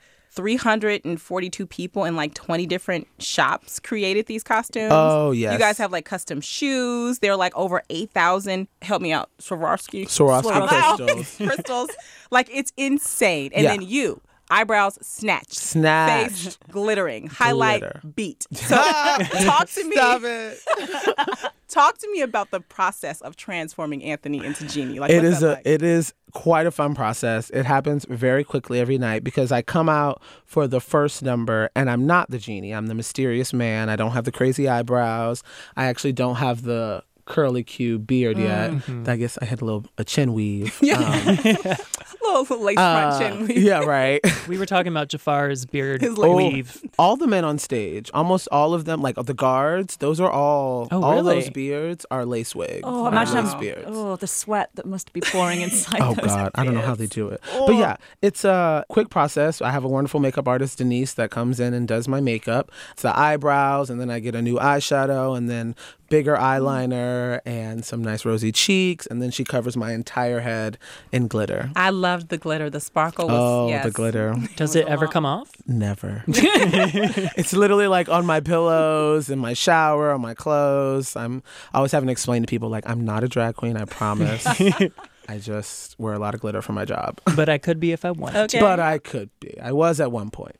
[SPEAKER 4] 342 people in like 20 different shops created these costumes.
[SPEAKER 5] Oh, yes.
[SPEAKER 4] you guys have like custom shoes. They're like over 8,000. Help me out, Swarovski.
[SPEAKER 5] Swarovski
[SPEAKER 4] Wow.
[SPEAKER 5] crystals.
[SPEAKER 4] crystals. Like it's insane. And
[SPEAKER 5] Yeah.
[SPEAKER 4] then you. Eyebrows snatched,
[SPEAKER 5] Snatched.
[SPEAKER 4] face glittering, highlight
[SPEAKER 5] Glitter.
[SPEAKER 4] beat. So talk to me.
[SPEAKER 5] Stop it.
[SPEAKER 4] Talk to me about the process of transforming Anthony into Genie. Like
[SPEAKER 5] It
[SPEAKER 4] what's
[SPEAKER 5] is
[SPEAKER 4] that
[SPEAKER 5] a
[SPEAKER 4] like?
[SPEAKER 5] it is quite a fun process. It happens very quickly every night because I come out for the first number and I'm not the genie. I'm the mysterious man. I don't have the crazy eyebrows. I actually don't have the curly Q beard yet. I guess I had a little a chin weave.
[SPEAKER 4] Yeah. little lace front
[SPEAKER 5] Uh,
[SPEAKER 4] chin. weave.
[SPEAKER 5] yeah, right.
[SPEAKER 3] We were talking about Jafar's beard
[SPEAKER 4] His
[SPEAKER 5] Oh,
[SPEAKER 3] weave.
[SPEAKER 5] all the men on stage, almost all of them, like the guards, those are all
[SPEAKER 3] Oh,
[SPEAKER 5] all those
[SPEAKER 3] really?
[SPEAKER 5] beards are lace wigs.
[SPEAKER 1] Oh,
[SPEAKER 5] They're
[SPEAKER 1] imagine
[SPEAKER 5] lace
[SPEAKER 1] I'm-
[SPEAKER 5] beards.
[SPEAKER 1] Oh, the sweat that must be pouring inside.
[SPEAKER 5] Oh
[SPEAKER 1] those
[SPEAKER 5] God, I don't know how they do it. But yeah, it's a quick process. I have a wonderful makeup artist Denise that comes in and does my makeup. It's the eyebrows, and then I get a new eyeshadow, and then bigger eyeliner and some nice rosy cheeks, and then she covers my entire head in glitter.
[SPEAKER 4] I loved the glitter. The sparkle was
[SPEAKER 5] Oh,
[SPEAKER 4] yes.
[SPEAKER 5] the glitter.
[SPEAKER 3] Does it ever come off?
[SPEAKER 5] Never. it's literally like on my pillows, in my shower, on my clothes. I'm I always having to explain to people like I'm not a drag queen, I promise. I just wear a lot of glitter for my job.
[SPEAKER 3] But I could be if I wanted.
[SPEAKER 4] Okay.
[SPEAKER 5] But I could be. I was at one point.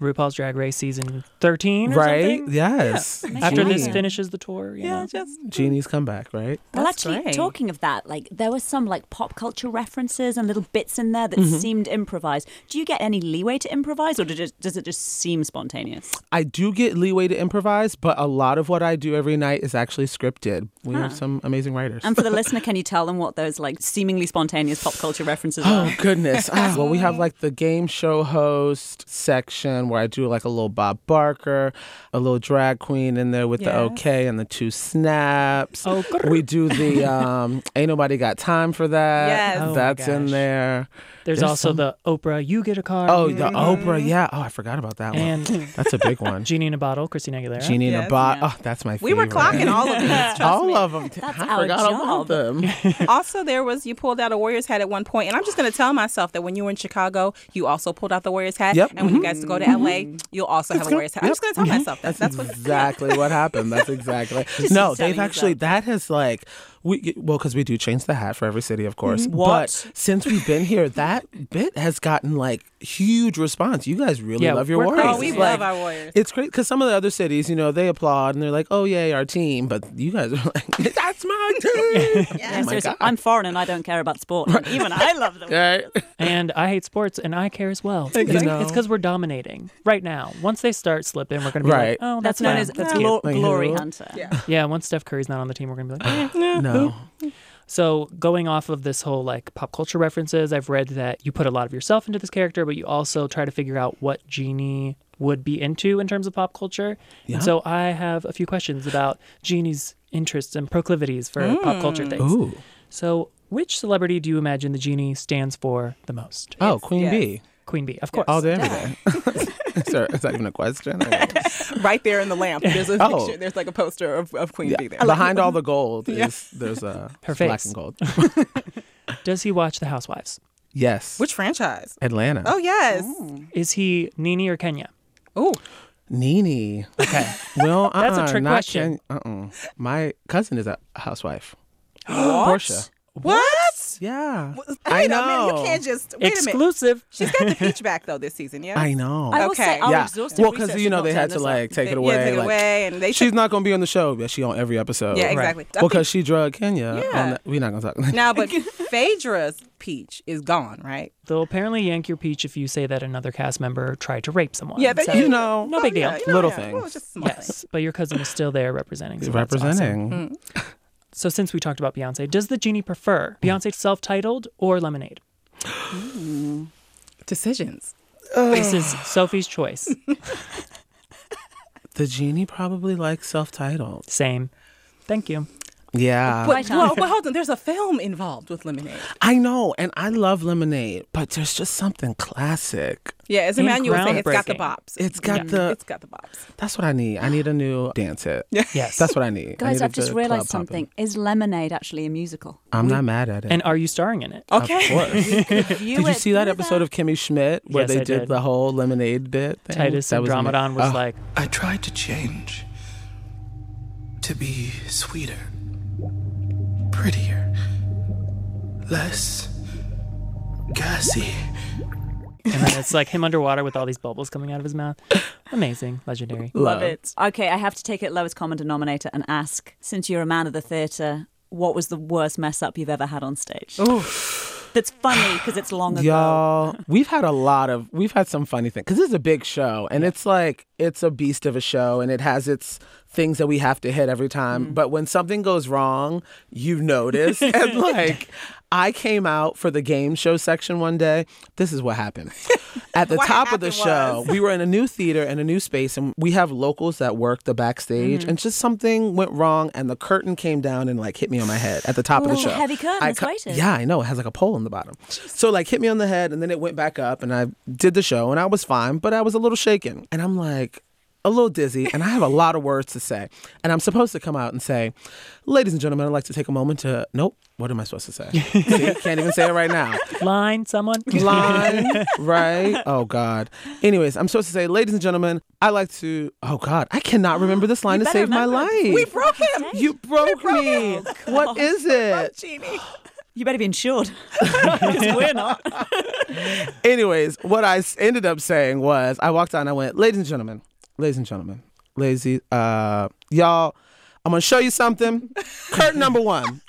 [SPEAKER 3] RuPaul's Drag Race season 13 or
[SPEAKER 5] Right?
[SPEAKER 3] something?
[SPEAKER 5] Yes.
[SPEAKER 3] After this
[SPEAKER 5] Genie.
[SPEAKER 3] finishes the tour, you
[SPEAKER 4] yeah,
[SPEAKER 3] know.
[SPEAKER 4] just
[SPEAKER 5] Genie's comeback, right?
[SPEAKER 2] Well,
[SPEAKER 4] That's
[SPEAKER 2] actually,
[SPEAKER 4] great.
[SPEAKER 2] talking of that, like there were some like pop culture references and little bits in there that
[SPEAKER 1] Mm-hmm.
[SPEAKER 2] seemed improvised. Do you get any leeway to improvise, or did it, does it just seem spontaneous?
[SPEAKER 5] I do get leeway to improvise, but a lot of what I do every night is actually scripted. We have some amazing writers.
[SPEAKER 2] And for the listener, can you tell them what those like seemingly spontaneous pop culture references
[SPEAKER 5] Oh
[SPEAKER 2] are?
[SPEAKER 5] goodness! Ah, well, we have like the game show host section where I do like a little Bob Barker, a little drag queen in there with the
[SPEAKER 4] Yes.
[SPEAKER 5] okay and the two snaps.
[SPEAKER 3] Oh, grr.
[SPEAKER 5] we do the um, ain't nobody got time for that.
[SPEAKER 4] Yes. Oh
[SPEAKER 3] my
[SPEAKER 5] that's in
[SPEAKER 3] gosh.
[SPEAKER 5] there.
[SPEAKER 3] There's,
[SPEAKER 5] There's
[SPEAKER 3] also
[SPEAKER 5] some-
[SPEAKER 3] the Oprah, you get a car.
[SPEAKER 5] Oh, the Oprah. Yeah. Oh, I forgot about that one.
[SPEAKER 3] and
[SPEAKER 5] That's a big one.
[SPEAKER 3] Genie in a Bottle, Christina Aguilera.
[SPEAKER 5] Genie in a
[SPEAKER 4] Yes.
[SPEAKER 5] bot. Oh, that's my
[SPEAKER 4] we were
[SPEAKER 5] favorite.
[SPEAKER 4] clocking all of these.
[SPEAKER 5] all of them.
[SPEAKER 2] That's
[SPEAKER 5] I
[SPEAKER 2] our
[SPEAKER 5] forgot all
[SPEAKER 2] job.
[SPEAKER 5] about them.
[SPEAKER 4] Also, there was you pulled out a Warriors hat at one point, and I'm just gonna tell myself that when you were in Chicago, you also pulled out the Warriors hat,
[SPEAKER 5] Yep. Mm-hmm.
[SPEAKER 4] and when you guys go to LA, you'll also have a Warriors hat. I'm just gonna tell myself that. That's what.
[SPEAKER 5] exactly what happened. That's exactly. no,
[SPEAKER 2] keep telling
[SPEAKER 5] they've actually
[SPEAKER 2] yourself.
[SPEAKER 5] that has like we well because we do change the hat for every city, of course.
[SPEAKER 2] What?
[SPEAKER 5] But since we've been here, that bit has gotten like huge response. You guys really
[SPEAKER 3] Yeah,
[SPEAKER 5] love your
[SPEAKER 3] we're
[SPEAKER 5] Warriors.
[SPEAKER 4] Oh, we
[SPEAKER 5] Like,
[SPEAKER 4] love our Warriors.
[SPEAKER 5] It's great because some of the other cities, you know, they applaud and they're like, "Oh yay, our team!" But you guys are like, "That's my team."
[SPEAKER 2] Yeah,
[SPEAKER 5] Oh my
[SPEAKER 2] seriously,
[SPEAKER 5] God.
[SPEAKER 2] I'm foreign and I don't care about sport. and Even I love them.
[SPEAKER 5] Right?
[SPEAKER 3] and I hate sports and I care as well.
[SPEAKER 5] You know.
[SPEAKER 3] It's because we're dominating right now. Once they start slipping, we're going to be
[SPEAKER 5] Right.
[SPEAKER 3] like, oh,
[SPEAKER 2] That's
[SPEAKER 3] that's,
[SPEAKER 2] known
[SPEAKER 3] fine.
[SPEAKER 2] as
[SPEAKER 3] That's
[SPEAKER 2] the glo-
[SPEAKER 5] Like,
[SPEAKER 2] glory
[SPEAKER 5] who?
[SPEAKER 2] hunter.
[SPEAKER 4] Yeah.
[SPEAKER 3] cute." Yeah, once Steph Curry's not on the team, we're going to be like, eh.
[SPEAKER 5] No.
[SPEAKER 3] So, going off of this whole like pop culture references, I've read that you put a lot of yourself into this character, but you also try to figure out what Genie would be into in terms of pop culture.
[SPEAKER 5] Yeah.
[SPEAKER 3] And so, I have a few questions about Genie's interests and proclivities for pop culture things.
[SPEAKER 5] Mm. Ooh.
[SPEAKER 3] So, which celebrity do you imagine the Genie stands for the most?
[SPEAKER 5] Oh, Queen
[SPEAKER 4] yes.
[SPEAKER 5] Bee.
[SPEAKER 3] Queen Bee, of course.
[SPEAKER 5] All day, every day. is, there, is that even a question? I don't know.
[SPEAKER 4] Right there in the lamp, there's a
[SPEAKER 5] Oh.
[SPEAKER 4] picture. There's like a poster of, of Queen Bee there.
[SPEAKER 5] Behind all the gold is there's a
[SPEAKER 3] Her
[SPEAKER 5] black
[SPEAKER 3] face.
[SPEAKER 5] and gold.
[SPEAKER 3] Does he watch The Housewives?
[SPEAKER 5] Yes.
[SPEAKER 4] Which franchise?
[SPEAKER 5] Atlanta?
[SPEAKER 4] Oh yes.
[SPEAKER 3] Is he Nini or Kenya?
[SPEAKER 4] Ooh.
[SPEAKER 5] Nene.
[SPEAKER 3] Okay.
[SPEAKER 5] Well,
[SPEAKER 3] That's a
[SPEAKER 5] uh-uh,
[SPEAKER 3] trick
[SPEAKER 5] not
[SPEAKER 3] question.
[SPEAKER 5] Ken- uh-uh. My cousin is a housewife. Portia.
[SPEAKER 4] What?
[SPEAKER 5] Yeah.
[SPEAKER 4] Wait
[SPEAKER 5] I
[SPEAKER 4] a minute,
[SPEAKER 5] know.
[SPEAKER 4] you can't just wait a minute.
[SPEAKER 3] Exclusive.
[SPEAKER 4] She's got the peach back though this season. Yeah.
[SPEAKER 5] I know.
[SPEAKER 2] I will
[SPEAKER 4] Okay.
[SPEAKER 2] say our
[SPEAKER 5] yeah.
[SPEAKER 2] exhaustive
[SPEAKER 5] Well,
[SPEAKER 2] research
[SPEAKER 5] you
[SPEAKER 2] did
[SPEAKER 5] know
[SPEAKER 2] not
[SPEAKER 5] they had
[SPEAKER 2] turn
[SPEAKER 5] to
[SPEAKER 2] this
[SPEAKER 5] like
[SPEAKER 2] up.
[SPEAKER 5] take
[SPEAKER 4] They-
[SPEAKER 5] it away.
[SPEAKER 4] Yeah, take it
[SPEAKER 5] like,
[SPEAKER 4] away, and they
[SPEAKER 5] She's not gonna be on the show, but she on every episode.
[SPEAKER 4] Yeah, exactly. I
[SPEAKER 5] Well,
[SPEAKER 4] think-
[SPEAKER 5] because she drug Kenya.
[SPEAKER 4] Yeah.
[SPEAKER 5] On that. We're not gonna talk. Now,
[SPEAKER 4] Now, but Phaedra's peach is gone, right?
[SPEAKER 3] They'll apparently yank your peach if you say that another cast member tried to rape someone.
[SPEAKER 4] Yeah, they-
[SPEAKER 3] So-
[SPEAKER 5] you know,
[SPEAKER 3] No big deal.
[SPEAKER 4] Yeah,
[SPEAKER 5] Little
[SPEAKER 4] yeah.
[SPEAKER 5] things.
[SPEAKER 4] Well, it's just small things.
[SPEAKER 3] Yes, but your cousin is still there representing. So that's awesome.
[SPEAKER 5] representing.
[SPEAKER 3] So since we talked about Beyonce, does the genie prefer Beyonce self-titled or Lemonade?
[SPEAKER 4] Decisions.
[SPEAKER 3] This is Sophie's choice.
[SPEAKER 5] The genie probably likes self-titled.
[SPEAKER 3] Same. Thank you.
[SPEAKER 5] Yeah.
[SPEAKER 4] But,
[SPEAKER 2] Right on.
[SPEAKER 4] Oh, well, well, hold on. There's a film involved with Lemonade.
[SPEAKER 5] I know, and I love lemonade, but there's just something classic.
[SPEAKER 4] Yeah, as
[SPEAKER 3] And
[SPEAKER 4] Emmanuel said, it's got the
[SPEAKER 3] groundbreaking.
[SPEAKER 4] bops.
[SPEAKER 5] It's got
[SPEAKER 3] Yeah.
[SPEAKER 5] the.
[SPEAKER 4] it's got the bops.
[SPEAKER 5] that's what I need. I need a new dance hit.
[SPEAKER 3] Yes.
[SPEAKER 5] That's what I need. I
[SPEAKER 2] Guys,
[SPEAKER 5] need
[SPEAKER 2] I've
[SPEAKER 5] a
[SPEAKER 2] just
[SPEAKER 5] good
[SPEAKER 2] realized
[SPEAKER 5] club
[SPEAKER 2] something.
[SPEAKER 5] poppin'.
[SPEAKER 2] Is Lemonade actually a musical?
[SPEAKER 5] I'm not mad at it.
[SPEAKER 3] and are you starring in it?
[SPEAKER 4] Okay.
[SPEAKER 5] Of course.
[SPEAKER 2] View
[SPEAKER 5] did you
[SPEAKER 2] it,
[SPEAKER 5] see that
[SPEAKER 2] do
[SPEAKER 5] episode of Kimmy Schmidt where
[SPEAKER 3] Yes,
[SPEAKER 5] they
[SPEAKER 3] I
[SPEAKER 5] did,
[SPEAKER 3] did.
[SPEAKER 5] the whole lemonade bit? Thing?
[SPEAKER 3] Titus
[SPEAKER 5] That was ama-
[SPEAKER 3] Andromedon was
[SPEAKER 5] Oh,
[SPEAKER 3] like,
[SPEAKER 6] I tried to change. To be sweeter. Prettier. Less. gassy.
[SPEAKER 3] and then it's like him underwater with all these bubbles coming out of his mouth. Amazing, legendary.
[SPEAKER 1] Love it.
[SPEAKER 2] Okay, I have to take it lowest common denominator and ask, since you're a man of the theatre, what was the worst mess up you've ever had on stage? That's funny because it's long ago.
[SPEAKER 5] Y'all, we've had a lot of, we've had some funny things because this is a big show and it's like, it's a beast of a show and it has its things that we have to hit every time.
[SPEAKER 4] Mm.
[SPEAKER 5] But when something goes wrong, you notice. and like, I came out for the game show section one day. This is what happened. At the
[SPEAKER 4] What
[SPEAKER 5] top of the
[SPEAKER 4] happened
[SPEAKER 5] show,
[SPEAKER 4] was-
[SPEAKER 5] we were in a new theater and a new space and we have locals that work the backstage
[SPEAKER 4] Mm-hmm.
[SPEAKER 5] and just something went wrong and the curtain came down and like hit me on my head at the top of the
[SPEAKER 2] Like a
[SPEAKER 5] show.
[SPEAKER 2] heavy curtain
[SPEAKER 5] I
[SPEAKER 2] that's weighted.
[SPEAKER 5] Yeah, I know. It has like a pole in the bottom. So like hit me on the head and then it went back up and I did the show and I was fine, but I was a little shaken. And I'm like a little dizzy and I have a lot of words to say. And I'm supposed to come out and say, ladies and gentlemen, I'd like to take a moment to nope, what am I supposed to say? See, can't even say it right now
[SPEAKER 3] Line, someone.
[SPEAKER 5] line, right? Oh God. Anyways, I'm supposed to say, ladies and gentlemen, I like to. Oh God, I cannot remember this line to
[SPEAKER 2] better
[SPEAKER 5] save my
[SPEAKER 2] remember
[SPEAKER 5] life.
[SPEAKER 4] We broke him.
[SPEAKER 5] you broke me. what is it?
[SPEAKER 4] Genie.
[SPEAKER 2] You better be insured.
[SPEAKER 3] we're not.
[SPEAKER 5] Anyways, what I s- ended up saying was, I walked out and I went, ladies and gentlemen, ladies and gentlemen, lazy, uh, y'all, I'm gonna show you something. Curtain number one.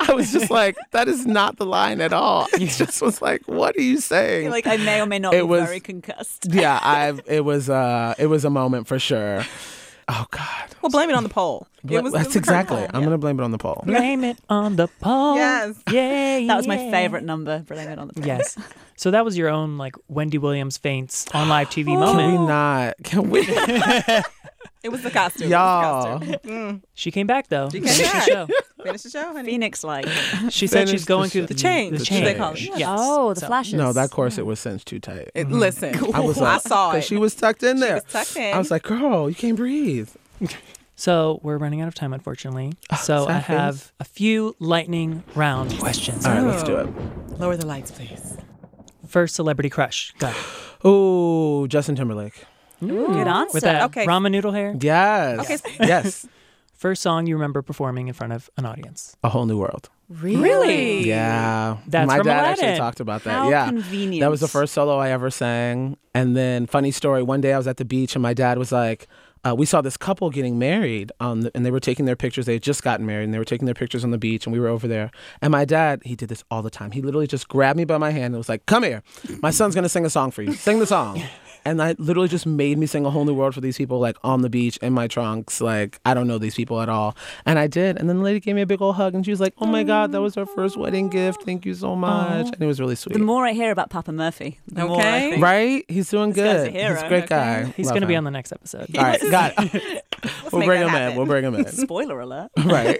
[SPEAKER 5] I was just like, that is not the line at all. It just was like, what are you saying?
[SPEAKER 2] like I may or may not
[SPEAKER 5] It
[SPEAKER 2] be
[SPEAKER 5] was-
[SPEAKER 2] very concussed.
[SPEAKER 5] yeah, I it was uh it was a moment for sure. Oh God,
[SPEAKER 4] Well, blame it on the pole. It was, it was
[SPEAKER 5] that's
[SPEAKER 4] a curtain
[SPEAKER 5] exactly.
[SPEAKER 4] pole.
[SPEAKER 5] I'm gonna blame it on the poll.
[SPEAKER 3] Blame it on the pole.
[SPEAKER 4] Yes.
[SPEAKER 3] Yay.
[SPEAKER 2] That was my
[SPEAKER 3] yeah.
[SPEAKER 2] favorite number. Blame it on the
[SPEAKER 3] Yes. So that was your own like Wendy Williams faints on live TV
[SPEAKER 5] Can we
[SPEAKER 3] moment.
[SPEAKER 5] not? Can we?
[SPEAKER 4] It was the costume.
[SPEAKER 5] Y'all.
[SPEAKER 4] It was the costume.
[SPEAKER 3] She came back though.
[SPEAKER 4] She came
[SPEAKER 3] Finished the
[SPEAKER 4] back.
[SPEAKER 3] show.
[SPEAKER 4] Mm. Finish the show, honey.
[SPEAKER 2] Phoenix like.
[SPEAKER 3] She said
[SPEAKER 5] Finished
[SPEAKER 3] she's
[SPEAKER 5] the
[SPEAKER 3] going
[SPEAKER 5] show.
[SPEAKER 3] through
[SPEAKER 5] The
[SPEAKER 4] change,
[SPEAKER 3] The
[SPEAKER 4] as they
[SPEAKER 3] change.
[SPEAKER 4] call it.
[SPEAKER 3] Yes.
[SPEAKER 2] Oh, the
[SPEAKER 3] So-
[SPEAKER 2] flashes.
[SPEAKER 5] no, that corset was cinched too tight.
[SPEAKER 4] It- Listen,
[SPEAKER 5] I was like,
[SPEAKER 4] I saw
[SPEAKER 5] 'cause
[SPEAKER 4] it.
[SPEAKER 5] She was tucked in there.
[SPEAKER 4] was tucked in.
[SPEAKER 5] I was like, girl, you can't breathe.
[SPEAKER 3] So we're running out of time, unfortunately.
[SPEAKER 5] Oh,
[SPEAKER 3] So I
[SPEAKER 5] sad face.
[SPEAKER 3] have a few lightning round questions.
[SPEAKER 5] All right, let's do it.
[SPEAKER 4] Lower the lights, please.
[SPEAKER 3] First celebrity crush. Go.
[SPEAKER 5] Oh, Justin Timberlake.
[SPEAKER 2] Good answer.
[SPEAKER 3] With that
[SPEAKER 4] Okay.
[SPEAKER 3] ramen noodle hair.
[SPEAKER 5] Yes.
[SPEAKER 4] Okay.
[SPEAKER 5] Yes.
[SPEAKER 3] First song you remember performing in front of an audience.
[SPEAKER 5] A whole new world.
[SPEAKER 4] Really?
[SPEAKER 5] Yeah.
[SPEAKER 3] That's
[SPEAKER 5] My
[SPEAKER 3] from
[SPEAKER 5] dad
[SPEAKER 3] Aladdin.
[SPEAKER 5] actually talked about that.
[SPEAKER 2] How
[SPEAKER 5] yeah.
[SPEAKER 2] convenient.
[SPEAKER 5] That was the first solo I ever sang. And then, funny story, one day I was at the beach and my dad was like, uh, we saw this couple getting married on the, and they were taking their pictures. They had just gotten married and they were taking their pictures on the beach and we were over there. And my dad, he did this all the time. He literally just grabbed me by my hand and was like, come here. My son's going to sing a song for you. Sing the song. And I literally just made me sing a whole new world for these people, like on the beach in my trunks. Like, I don't know these people at all. And I did. And then the lady gave me a big old hug and she was like, oh my God, that was our first wedding gift. Thank you so much. And it was really sweet.
[SPEAKER 2] The more I hear about Papa Murphy, the more I
[SPEAKER 4] Okay.
[SPEAKER 2] think.
[SPEAKER 5] Right? He's doing
[SPEAKER 2] guy's a
[SPEAKER 5] good.
[SPEAKER 2] hero.
[SPEAKER 5] He's a great
[SPEAKER 2] Okay.
[SPEAKER 5] guy.
[SPEAKER 3] He's
[SPEAKER 5] Love
[SPEAKER 3] going to be
[SPEAKER 5] him.
[SPEAKER 3] on the next episode.
[SPEAKER 5] All right, got it. we'll
[SPEAKER 4] make that
[SPEAKER 5] bring him in.
[SPEAKER 4] happen.
[SPEAKER 5] We'll bring him in.
[SPEAKER 2] Spoiler alert.
[SPEAKER 5] right.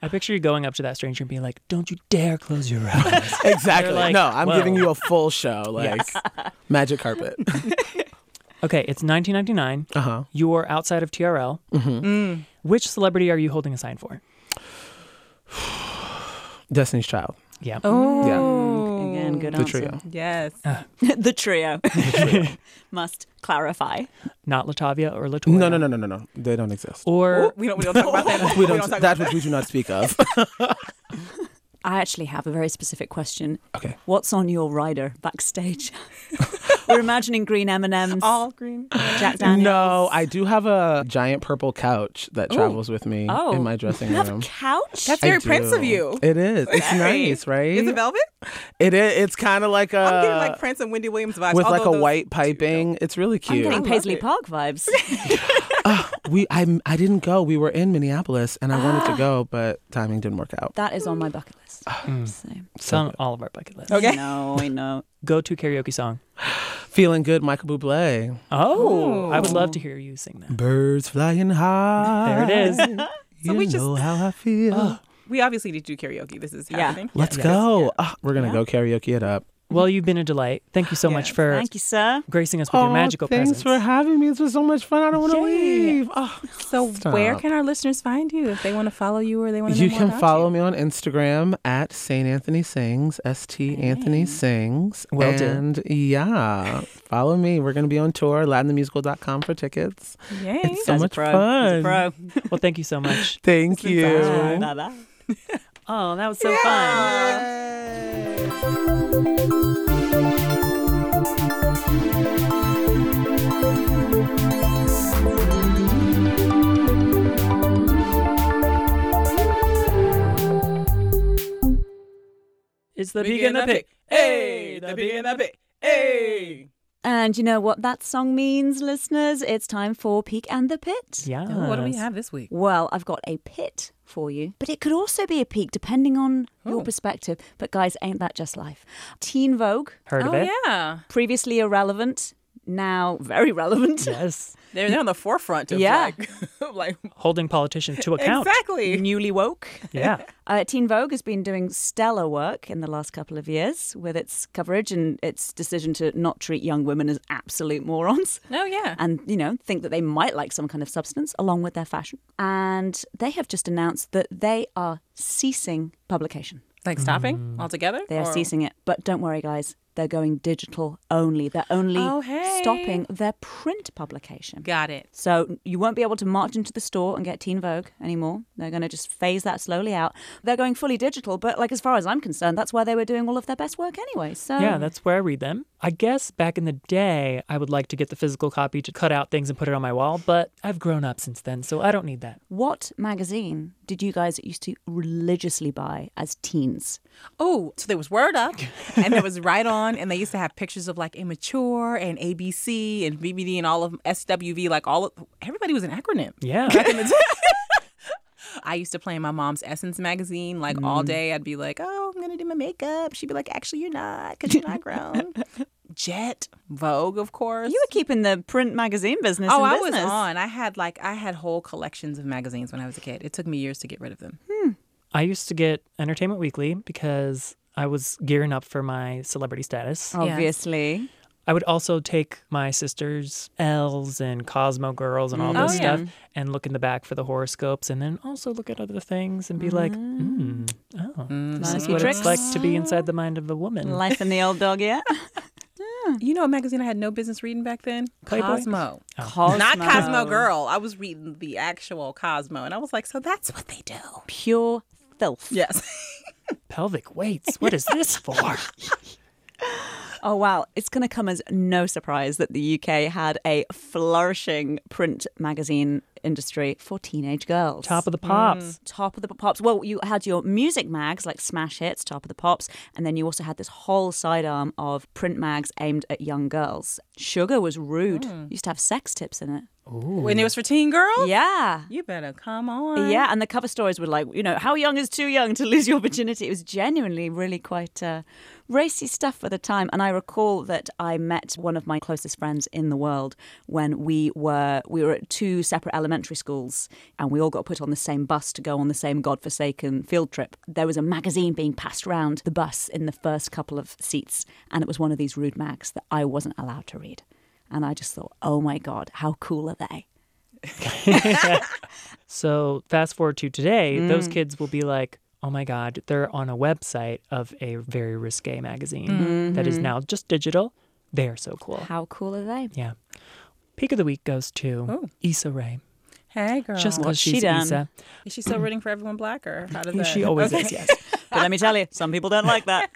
[SPEAKER 3] I picture you going up to that stranger and being like, "Don't you dare close your eyes."
[SPEAKER 5] Exactly.
[SPEAKER 3] like,
[SPEAKER 5] no, I'm
[SPEAKER 3] whoa.
[SPEAKER 5] giving you a full show. Like magic carpet.
[SPEAKER 3] okay, it's 1999.
[SPEAKER 5] Uh huh.
[SPEAKER 3] You're outside of TRL.
[SPEAKER 5] Mm-hmm.
[SPEAKER 3] Which celebrity are you holding a sign for?
[SPEAKER 5] Destiny's Child.
[SPEAKER 3] Yeah.
[SPEAKER 4] Oh.
[SPEAKER 2] Mm, Again, good
[SPEAKER 5] The
[SPEAKER 2] answer.
[SPEAKER 5] trio.
[SPEAKER 4] Yes.
[SPEAKER 2] the trio. Must clarify.
[SPEAKER 3] Not Latavia or Latoya.
[SPEAKER 5] No, no, no, no, no, no. They don't exist.
[SPEAKER 3] Or
[SPEAKER 4] Oh, we don't. We don't talk about that.
[SPEAKER 5] We don't.
[SPEAKER 4] talk
[SPEAKER 5] That's what we do not speak of.
[SPEAKER 2] I actually have a very specific question.
[SPEAKER 5] Okay.
[SPEAKER 2] What's on your rider backstage? We're imagining green M and M's,
[SPEAKER 4] all green.
[SPEAKER 2] Jack Daniels.
[SPEAKER 5] Oh, No, I do have a giant purple couch that travels with me
[SPEAKER 2] Oh.
[SPEAKER 5] in my dressing
[SPEAKER 2] You have a
[SPEAKER 5] room.
[SPEAKER 2] couch.
[SPEAKER 4] That's
[SPEAKER 5] I
[SPEAKER 4] very Prince of
[SPEAKER 5] do.
[SPEAKER 4] you.
[SPEAKER 5] It is. It's
[SPEAKER 4] Very.
[SPEAKER 5] nice, right?
[SPEAKER 4] Is it velvet?
[SPEAKER 5] It is. It's kind of like a
[SPEAKER 4] I'm getting
[SPEAKER 3] Uh,
[SPEAKER 4] like Prince and Wendy Williams vibes.
[SPEAKER 5] with like a
[SPEAKER 4] although those-
[SPEAKER 5] white piping. It's really
[SPEAKER 2] I'm
[SPEAKER 5] cute.
[SPEAKER 2] getting
[SPEAKER 4] love
[SPEAKER 2] Paisley
[SPEAKER 4] it.
[SPEAKER 2] Park vibes.
[SPEAKER 5] We I I didn't go. We were in Minneapolis and I wanted to go, but timing didn't work out. Um,
[SPEAKER 2] that is on my bucket list. So,
[SPEAKER 3] it's on mm, all of our bucket lists.
[SPEAKER 4] Okay.
[SPEAKER 2] No, I know.
[SPEAKER 3] Go to karaoke song.
[SPEAKER 5] Feeling good, Michael Bublé.
[SPEAKER 3] Oh, I would love to hear you sing that.
[SPEAKER 5] Birds flying high.
[SPEAKER 3] There it is.
[SPEAKER 5] You
[SPEAKER 4] we just-
[SPEAKER 5] know how I feel.
[SPEAKER 4] We obviously need to do karaoke. This is
[SPEAKER 1] Yeah.
[SPEAKER 4] happening.
[SPEAKER 5] Let's go. Ah, we're gonna go karaoke it up.
[SPEAKER 3] Well, you've been a delight. Thank you so much
[SPEAKER 4] Yes.
[SPEAKER 3] for
[SPEAKER 1] Thank you, sir.
[SPEAKER 3] gracing us with your magical
[SPEAKER 5] Oh, thanks
[SPEAKER 3] presence.
[SPEAKER 5] for having me. This was so much fun. I don't want to leave. Ah.
[SPEAKER 4] So
[SPEAKER 5] Stop.
[SPEAKER 4] where can our listeners find you if they want to follow you or they want to
[SPEAKER 5] you
[SPEAKER 4] know more
[SPEAKER 5] can
[SPEAKER 4] about
[SPEAKER 5] follow
[SPEAKER 4] you?
[SPEAKER 5] me on Instagram at St. Anthony Sings, S T Anthony Sings.
[SPEAKER 3] Will do.
[SPEAKER 5] and yeah, follow me. We're going to be on tour, latinthemusical.com for tickets.
[SPEAKER 4] Yay.
[SPEAKER 5] It's so
[SPEAKER 1] Guy's a
[SPEAKER 5] much
[SPEAKER 1] pro.
[SPEAKER 5] fun.
[SPEAKER 1] He's a
[SPEAKER 3] Well, thank you so much.
[SPEAKER 5] Thank you.
[SPEAKER 1] pro. Bye bye.
[SPEAKER 3] Oh, that was so fun. It's the pig and the pig. Hey, the pig and the pig.
[SPEAKER 4] Hey.
[SPEAKER 2] And you know what that song means, listeners? It's time for Peak and the Pit.
[SPEAKER 3] Yeah.
[SPEAKER 4] What do we have this week?
[SPEAKER 2] Well, I've got a pit for you, but it could also be a peak depending on your perspective. But guys, ain't that just life? Teen Vogue,
[SPEAKER 3] Heard of
[SPEAKER 4] Oh,
[SPEAKER 3] it?
[SPEAKER 4] yeah.
[SPEAKER 2] previously irrelevant, now very relevant.
[SPEAKER 3] Yes.
[SPEAKER 4] They're, they're on the forefront of
[SPEAKER 2] Yeah.
[SPEAKER 4] like, like
[SPEAKER 3] Holding politicians to account.
[SPEAKER 4] exactly.
[SPEAKER 2] Newly woke.
[SPEAKER 3] Yeah.
[SPEAKER 2] Uh, Teen Vogue has been doing stellar work in the last couple of years with its coverage and its decision to not treat young women as absolute morons.
[SPEAKER 4] No, Oh, yeah.
[SPEAKER 2] and you know think that they might like some kind of substance along with their fashion and they have just announced that they are ceasing publication
[SPEAKER 4] Like stopping
[SPEAKER 3] Mm.
[SPEAKER 4] altogether?
[SPEAKER 2] they are
[SPEAKER 4] Or-
[SPEAKER 2] ceasing it but don't worry guys they're going digital only they're only
[SPEAKER 4] Oh, hey.
[SPEAKER 2] stopping their print publication
[SPEAKER 4] Got it.
[SPEAKER 2] so you won't be able to march into the store and get Teen Vogue anymore. They're going to just phase that slowly out. They're going fully digital, but like as far as I'm concerned, that's where they were doing all of their best work anyway. So
[SPEAKER 3] Yeah, that's where I read them. I guess back in the day, I would like to get the physical copy to cut out things and put it on my wall, but I've grown up since then, so I don't need that.
[SPEAKER 2] what magazine did you guys used to religiously buy as teens?
[SPEAKER 4] Oh, so there was Word Up and there was Right On, and they used to have pictures of like Immature and ABC and BBD and all of SWV, like all of everybody was an acronym.
[SPEAKER 3] Yeah.
[SPEAKER 4] I used to play in my mom's Essence magazine like all day. I'd be like, oh, I'm going to do my makeup. She'd be like, actually, you're not because you're not grown. Jet, Vogue, of course.
[SPEAKER 2] You were keeping the print magazine business.
[SPEAKER 4] Oh,
[SPEAKER 2] in
[SPEAKER 4] I was
[SPEAKER 2] business.
[SPEAKER 4] on. I had like I had whole collections of magazines when I was a kid. It took me years to get rid of them.
[SPEAKER 3] I used to get Entertainment Weekly because I was gearing up for my celebrity status.
[SPEAKER 2] Obviously,
[SPEAKER 3] I would also take my sister's L's and Cosmo Girls and all this
[SPEAKER 4] Oh, yeah.
[SPEAKER 3] stuff and look in the back for the horoscopes and then also look at other things and be like, mm, oh, this is
[SPEAKER 2] Lucky
[SPEAKER 3] what it's like
[SPEAKER 2] tricks.
[SPEAKER 3] to be inside the mind of a woman.
[SPEAKER 2] life in the old dog, yeah.
[SPEAKER 4] You know a magazine I had no business reading back then?
[SPEAKER 3] Playboy?
[SPEAKER 4] Cosmo.
[SPEAKER 2] Oh, Cosmo.
[SPEAKER 4] Not Cosmo Girl. I was reading the actual Cosmo and I was like, so that's what they do.
[SPEAKER 2] Pure filth.
[SPEAKER 4] Yes.
[SPEAKER 3] Pelvic weights, what is this for?
[SPEAKER 2] Oh wow, it's going to come as no surprise that the UK had a flourishing print magazine industry for teenage girls.
[SPEAKER 3] Top of the pops.
[SPEAKER 2] Top of the pops. Well, you had your music mags like smash hits, top of the pops, and then you also had this whole sidearm of print mags aimed at young girls. Sugar was rude.
[SPEAKER 3] Hmm.
[SPEAKER 2] Used to have sex tips in it.
[SPEAKER 4] When it was for teen girls?
[SPEAKER 2] Yeah.
[SPEAKER 4] You better come on.
[SPEAKER 2] Yeah, and the cover stories were like, you know, how young is too young to lose your virginity? It was genuinely really quite uh, racy stuff for the time. And I recall that I met one of my closest friends in the world when we were we were at two separate elementary schools, and we all got put on the same bus to go on the same godforsaken field trip. There was a magazine being passed round the bus in the first couple of seats, and it was one of these rude mags that I wasn't allowed to read. And I just thought, oh my god, how cool are they?
[SPEAKER 3] So fast forward to today, those kids will be like, oh my God, they're on a website of a very risque magazine that is now just digital. They are so cool.
[SPEAKER 2] How cool are they?
[SPEAKER 3] Yeah. Peak of the week goes to Issa Rae.
[SPEAKER 4] Hey girl.
[SPEAKER 3] Just because
[SPEAKER 2] What's she
[SPEAKER 3] she's
[SPEAKER 2] done?
[SPEAKER 3] Issa.
[SPEAKER 4] is she still rooting for everyone black or how does that
[SPEAKER 3] She always
[SPEAKER 4] Okay.
[SPEAKER 3] is, yes.
[SPEAKER 2] But let me tell you, some people don't like that.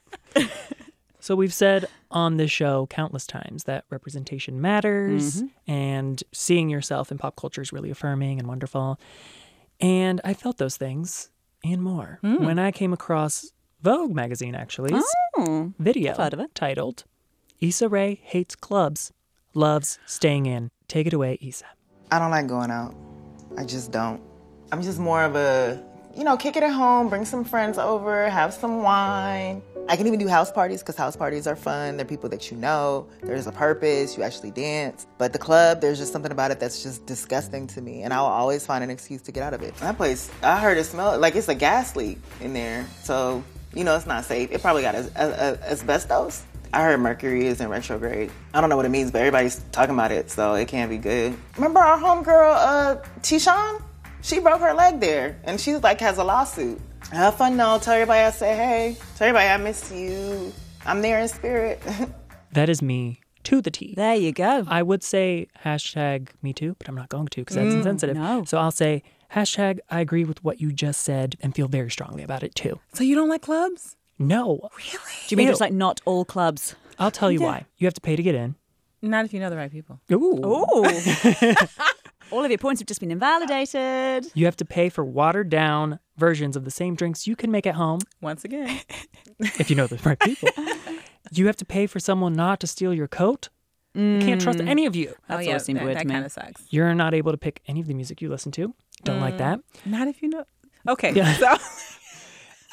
[SPEAKER 3] So we've said on this show countless times that representation matters and seeing yourself in pop culture is really affirming and wonderful. And I felt those things and more when I came across Vogue magazine actually's video
[SPEAKER 2] heard of it.
[SPEAKER 3] titled Issa Rae hates clubs, loves staying in. Take it away, Issa.
[SPEAKER 7] I don't like going out. I just don't. I'm just more of a, you know, kick it at home, bring some friends over, have some wine. I can even do house parties because house parties are fun. They're people that you know. There's a purpose. You actually dance. But the club, there's just something about it that's just disgusting to me, and I will always find an excuse to get out of it. That place, I heard it smell like it's a gas leak in there, so you know it's not safe. It probably got as, as, asbestos. I heard Mercury is in retrograde. I don't know what it means, but everybody's talking about it, so it can't be good. Remember our homegirl, uh, Tishan? She broke her leg there, and she like has a lawsuit. Have fun though. Tell everybody I say hey. Tell everybody I miss you. I'm there in spirit.
[SPEAKER 3] That is me to the T.
[SPEAKER 1] There you go.
[SPEAKER 3] I would say hashtag me too, but I'm not going to because that's insensitive.
[SPEAKER 1] no.
[SPEAKER 3] So I'll say hashtag I agree with what you just said and feel very strongly about it too.
[SPEAKER 4] So you don't like clubs?
[SPEAKER 3] No.
[SPEAKER 1] Do you mean just like not all clubs?
[SPEAKER 3] I'll tell you why. You have to pay to get in.
[SPEAKER 4] Not if you know the right people.
[SPEAKER 3] Ooh.
[SPEAKER 1] Oh. all of your points have just been invalidated.
[SPEAKER 3] You have to pay for watered down versions of the same drinks you can make at home
[SPEAKER 4] Once again,
[SPEAKER 3] if you know the right people. You have to pay for someone not to steal your coat. I can't trust any of you.
[SPEAKER 1] That's always seemed
[SPEAKER 4] that,
[SPEAKER 1] weird to me.
[SPEAKER 4] kind of sucks.
[SPEAKER 3] You're not able to pick any of the music you listen to. Don't like that.
[SPEAKER 4] Not if you know. Okay, so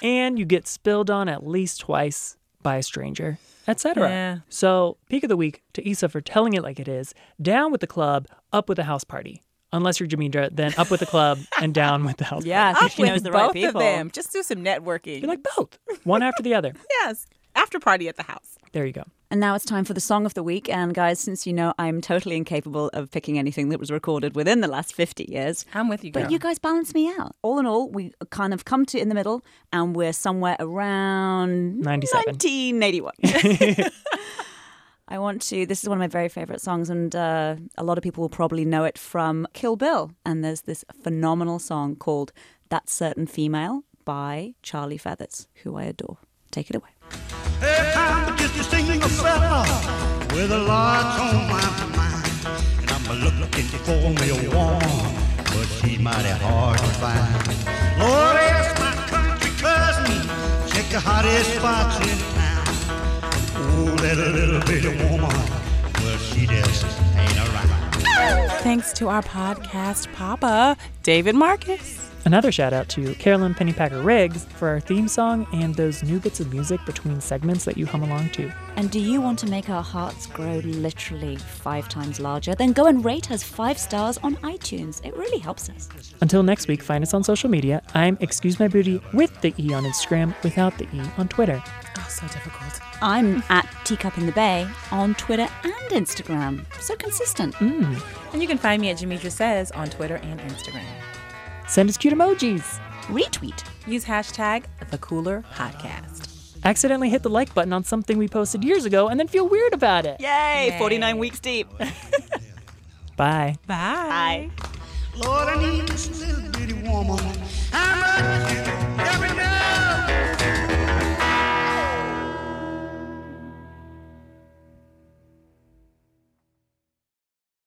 [SPEAKER 3] and you get spilled on at least twice by a stranger, etc.
[SPEAKER 4] Yeah.
[SPEAKER 3] So, peak of the week to Issa for telling it like it is. Down with the club, up with the house party. Unless you're Jamidra, then up with the club and down with the house
[SPEAKER 1] Yeah,
[SPEAKER 4] up
[SPEAKER 1] because she knows
[SPEAKER 4] with
[SPEAKER 1] the
[SPEAKER 4] both
[SPEAKER 1] right people.
[SPEAKER 4] of them. Just do some networking.
[SPEAKER 3] party. You're like both, one after the other.
[SPEAKER 4] yes, after party at the house.
[SPEAKER 3] There you go.
[SPEAKER 2] And now it's time for the song of the week. And guys, since you know I'm totally incapable of picking anything that was recorded within the last 50 years,
[SPEAKER 4] I'm with you, girl.
[SPEAKER 2] but you guys balance me out. All in all, we kind of come to in the middle and we're somewhere around
[SPEAKER 3] 97.
[SPEAKER 2] 1981. I want to, this is one of my very favorite songs, and uh, a lot of people will probably know it from Kill Bill. And there's this phenomenal song called That Certain Female by Charlie Feathers, who I adore. Take it away.
[SPEAKER 8] Hey, I'm just a single fella with a lot on my mind. And I'm a looking for me a woman, but she's mighty hard to find. Lord, ask my country cousin, check the hottest spots in town. Oh, that little bitty woman, well, she just ain't around.
[SPEAKER 4] Thanks to our podcast papa, David Marcus.
[SPEAKER 3] Another shout out to Carolyn Pennypacker Riggs for our theme song and those new bits of music between segments that you hum along to.
[SPEAKER 2] And do you want to make our hearts grow literally five times larger? Then go and rate us five stars on iTunes. It really helps us.
[SPEAKER 3] Until next week, find us on social media. I'm Excuse My Booty with the E on Instagram, without the E on Twitter.
[SPEAKER 4] Oh, so difficult.
[SPEAKER 2] I'm at Teacup in the Bay on Twitter and Instagram. So consistent. Mm,
[SPEAKER 4] And you can find me at Jamidra Says on Twitter and Instagram.
[SPEAKER 3] Send us cute emojis.
[SPEAKER 2] Retweet.
[SPEAKER 4] Use hashtag the cooler podcast.
[SPEAKER 3] accidentally hit the like button on something we posted years ago and then feel weird about it.
[SPEAKER 1] Yay, 49 weeks deep.
[SPEAKER 3] Bye.
[SPEAKER 4] Bye.
[SPEAKER 8] Lord, I need this little bitty woman. I'm a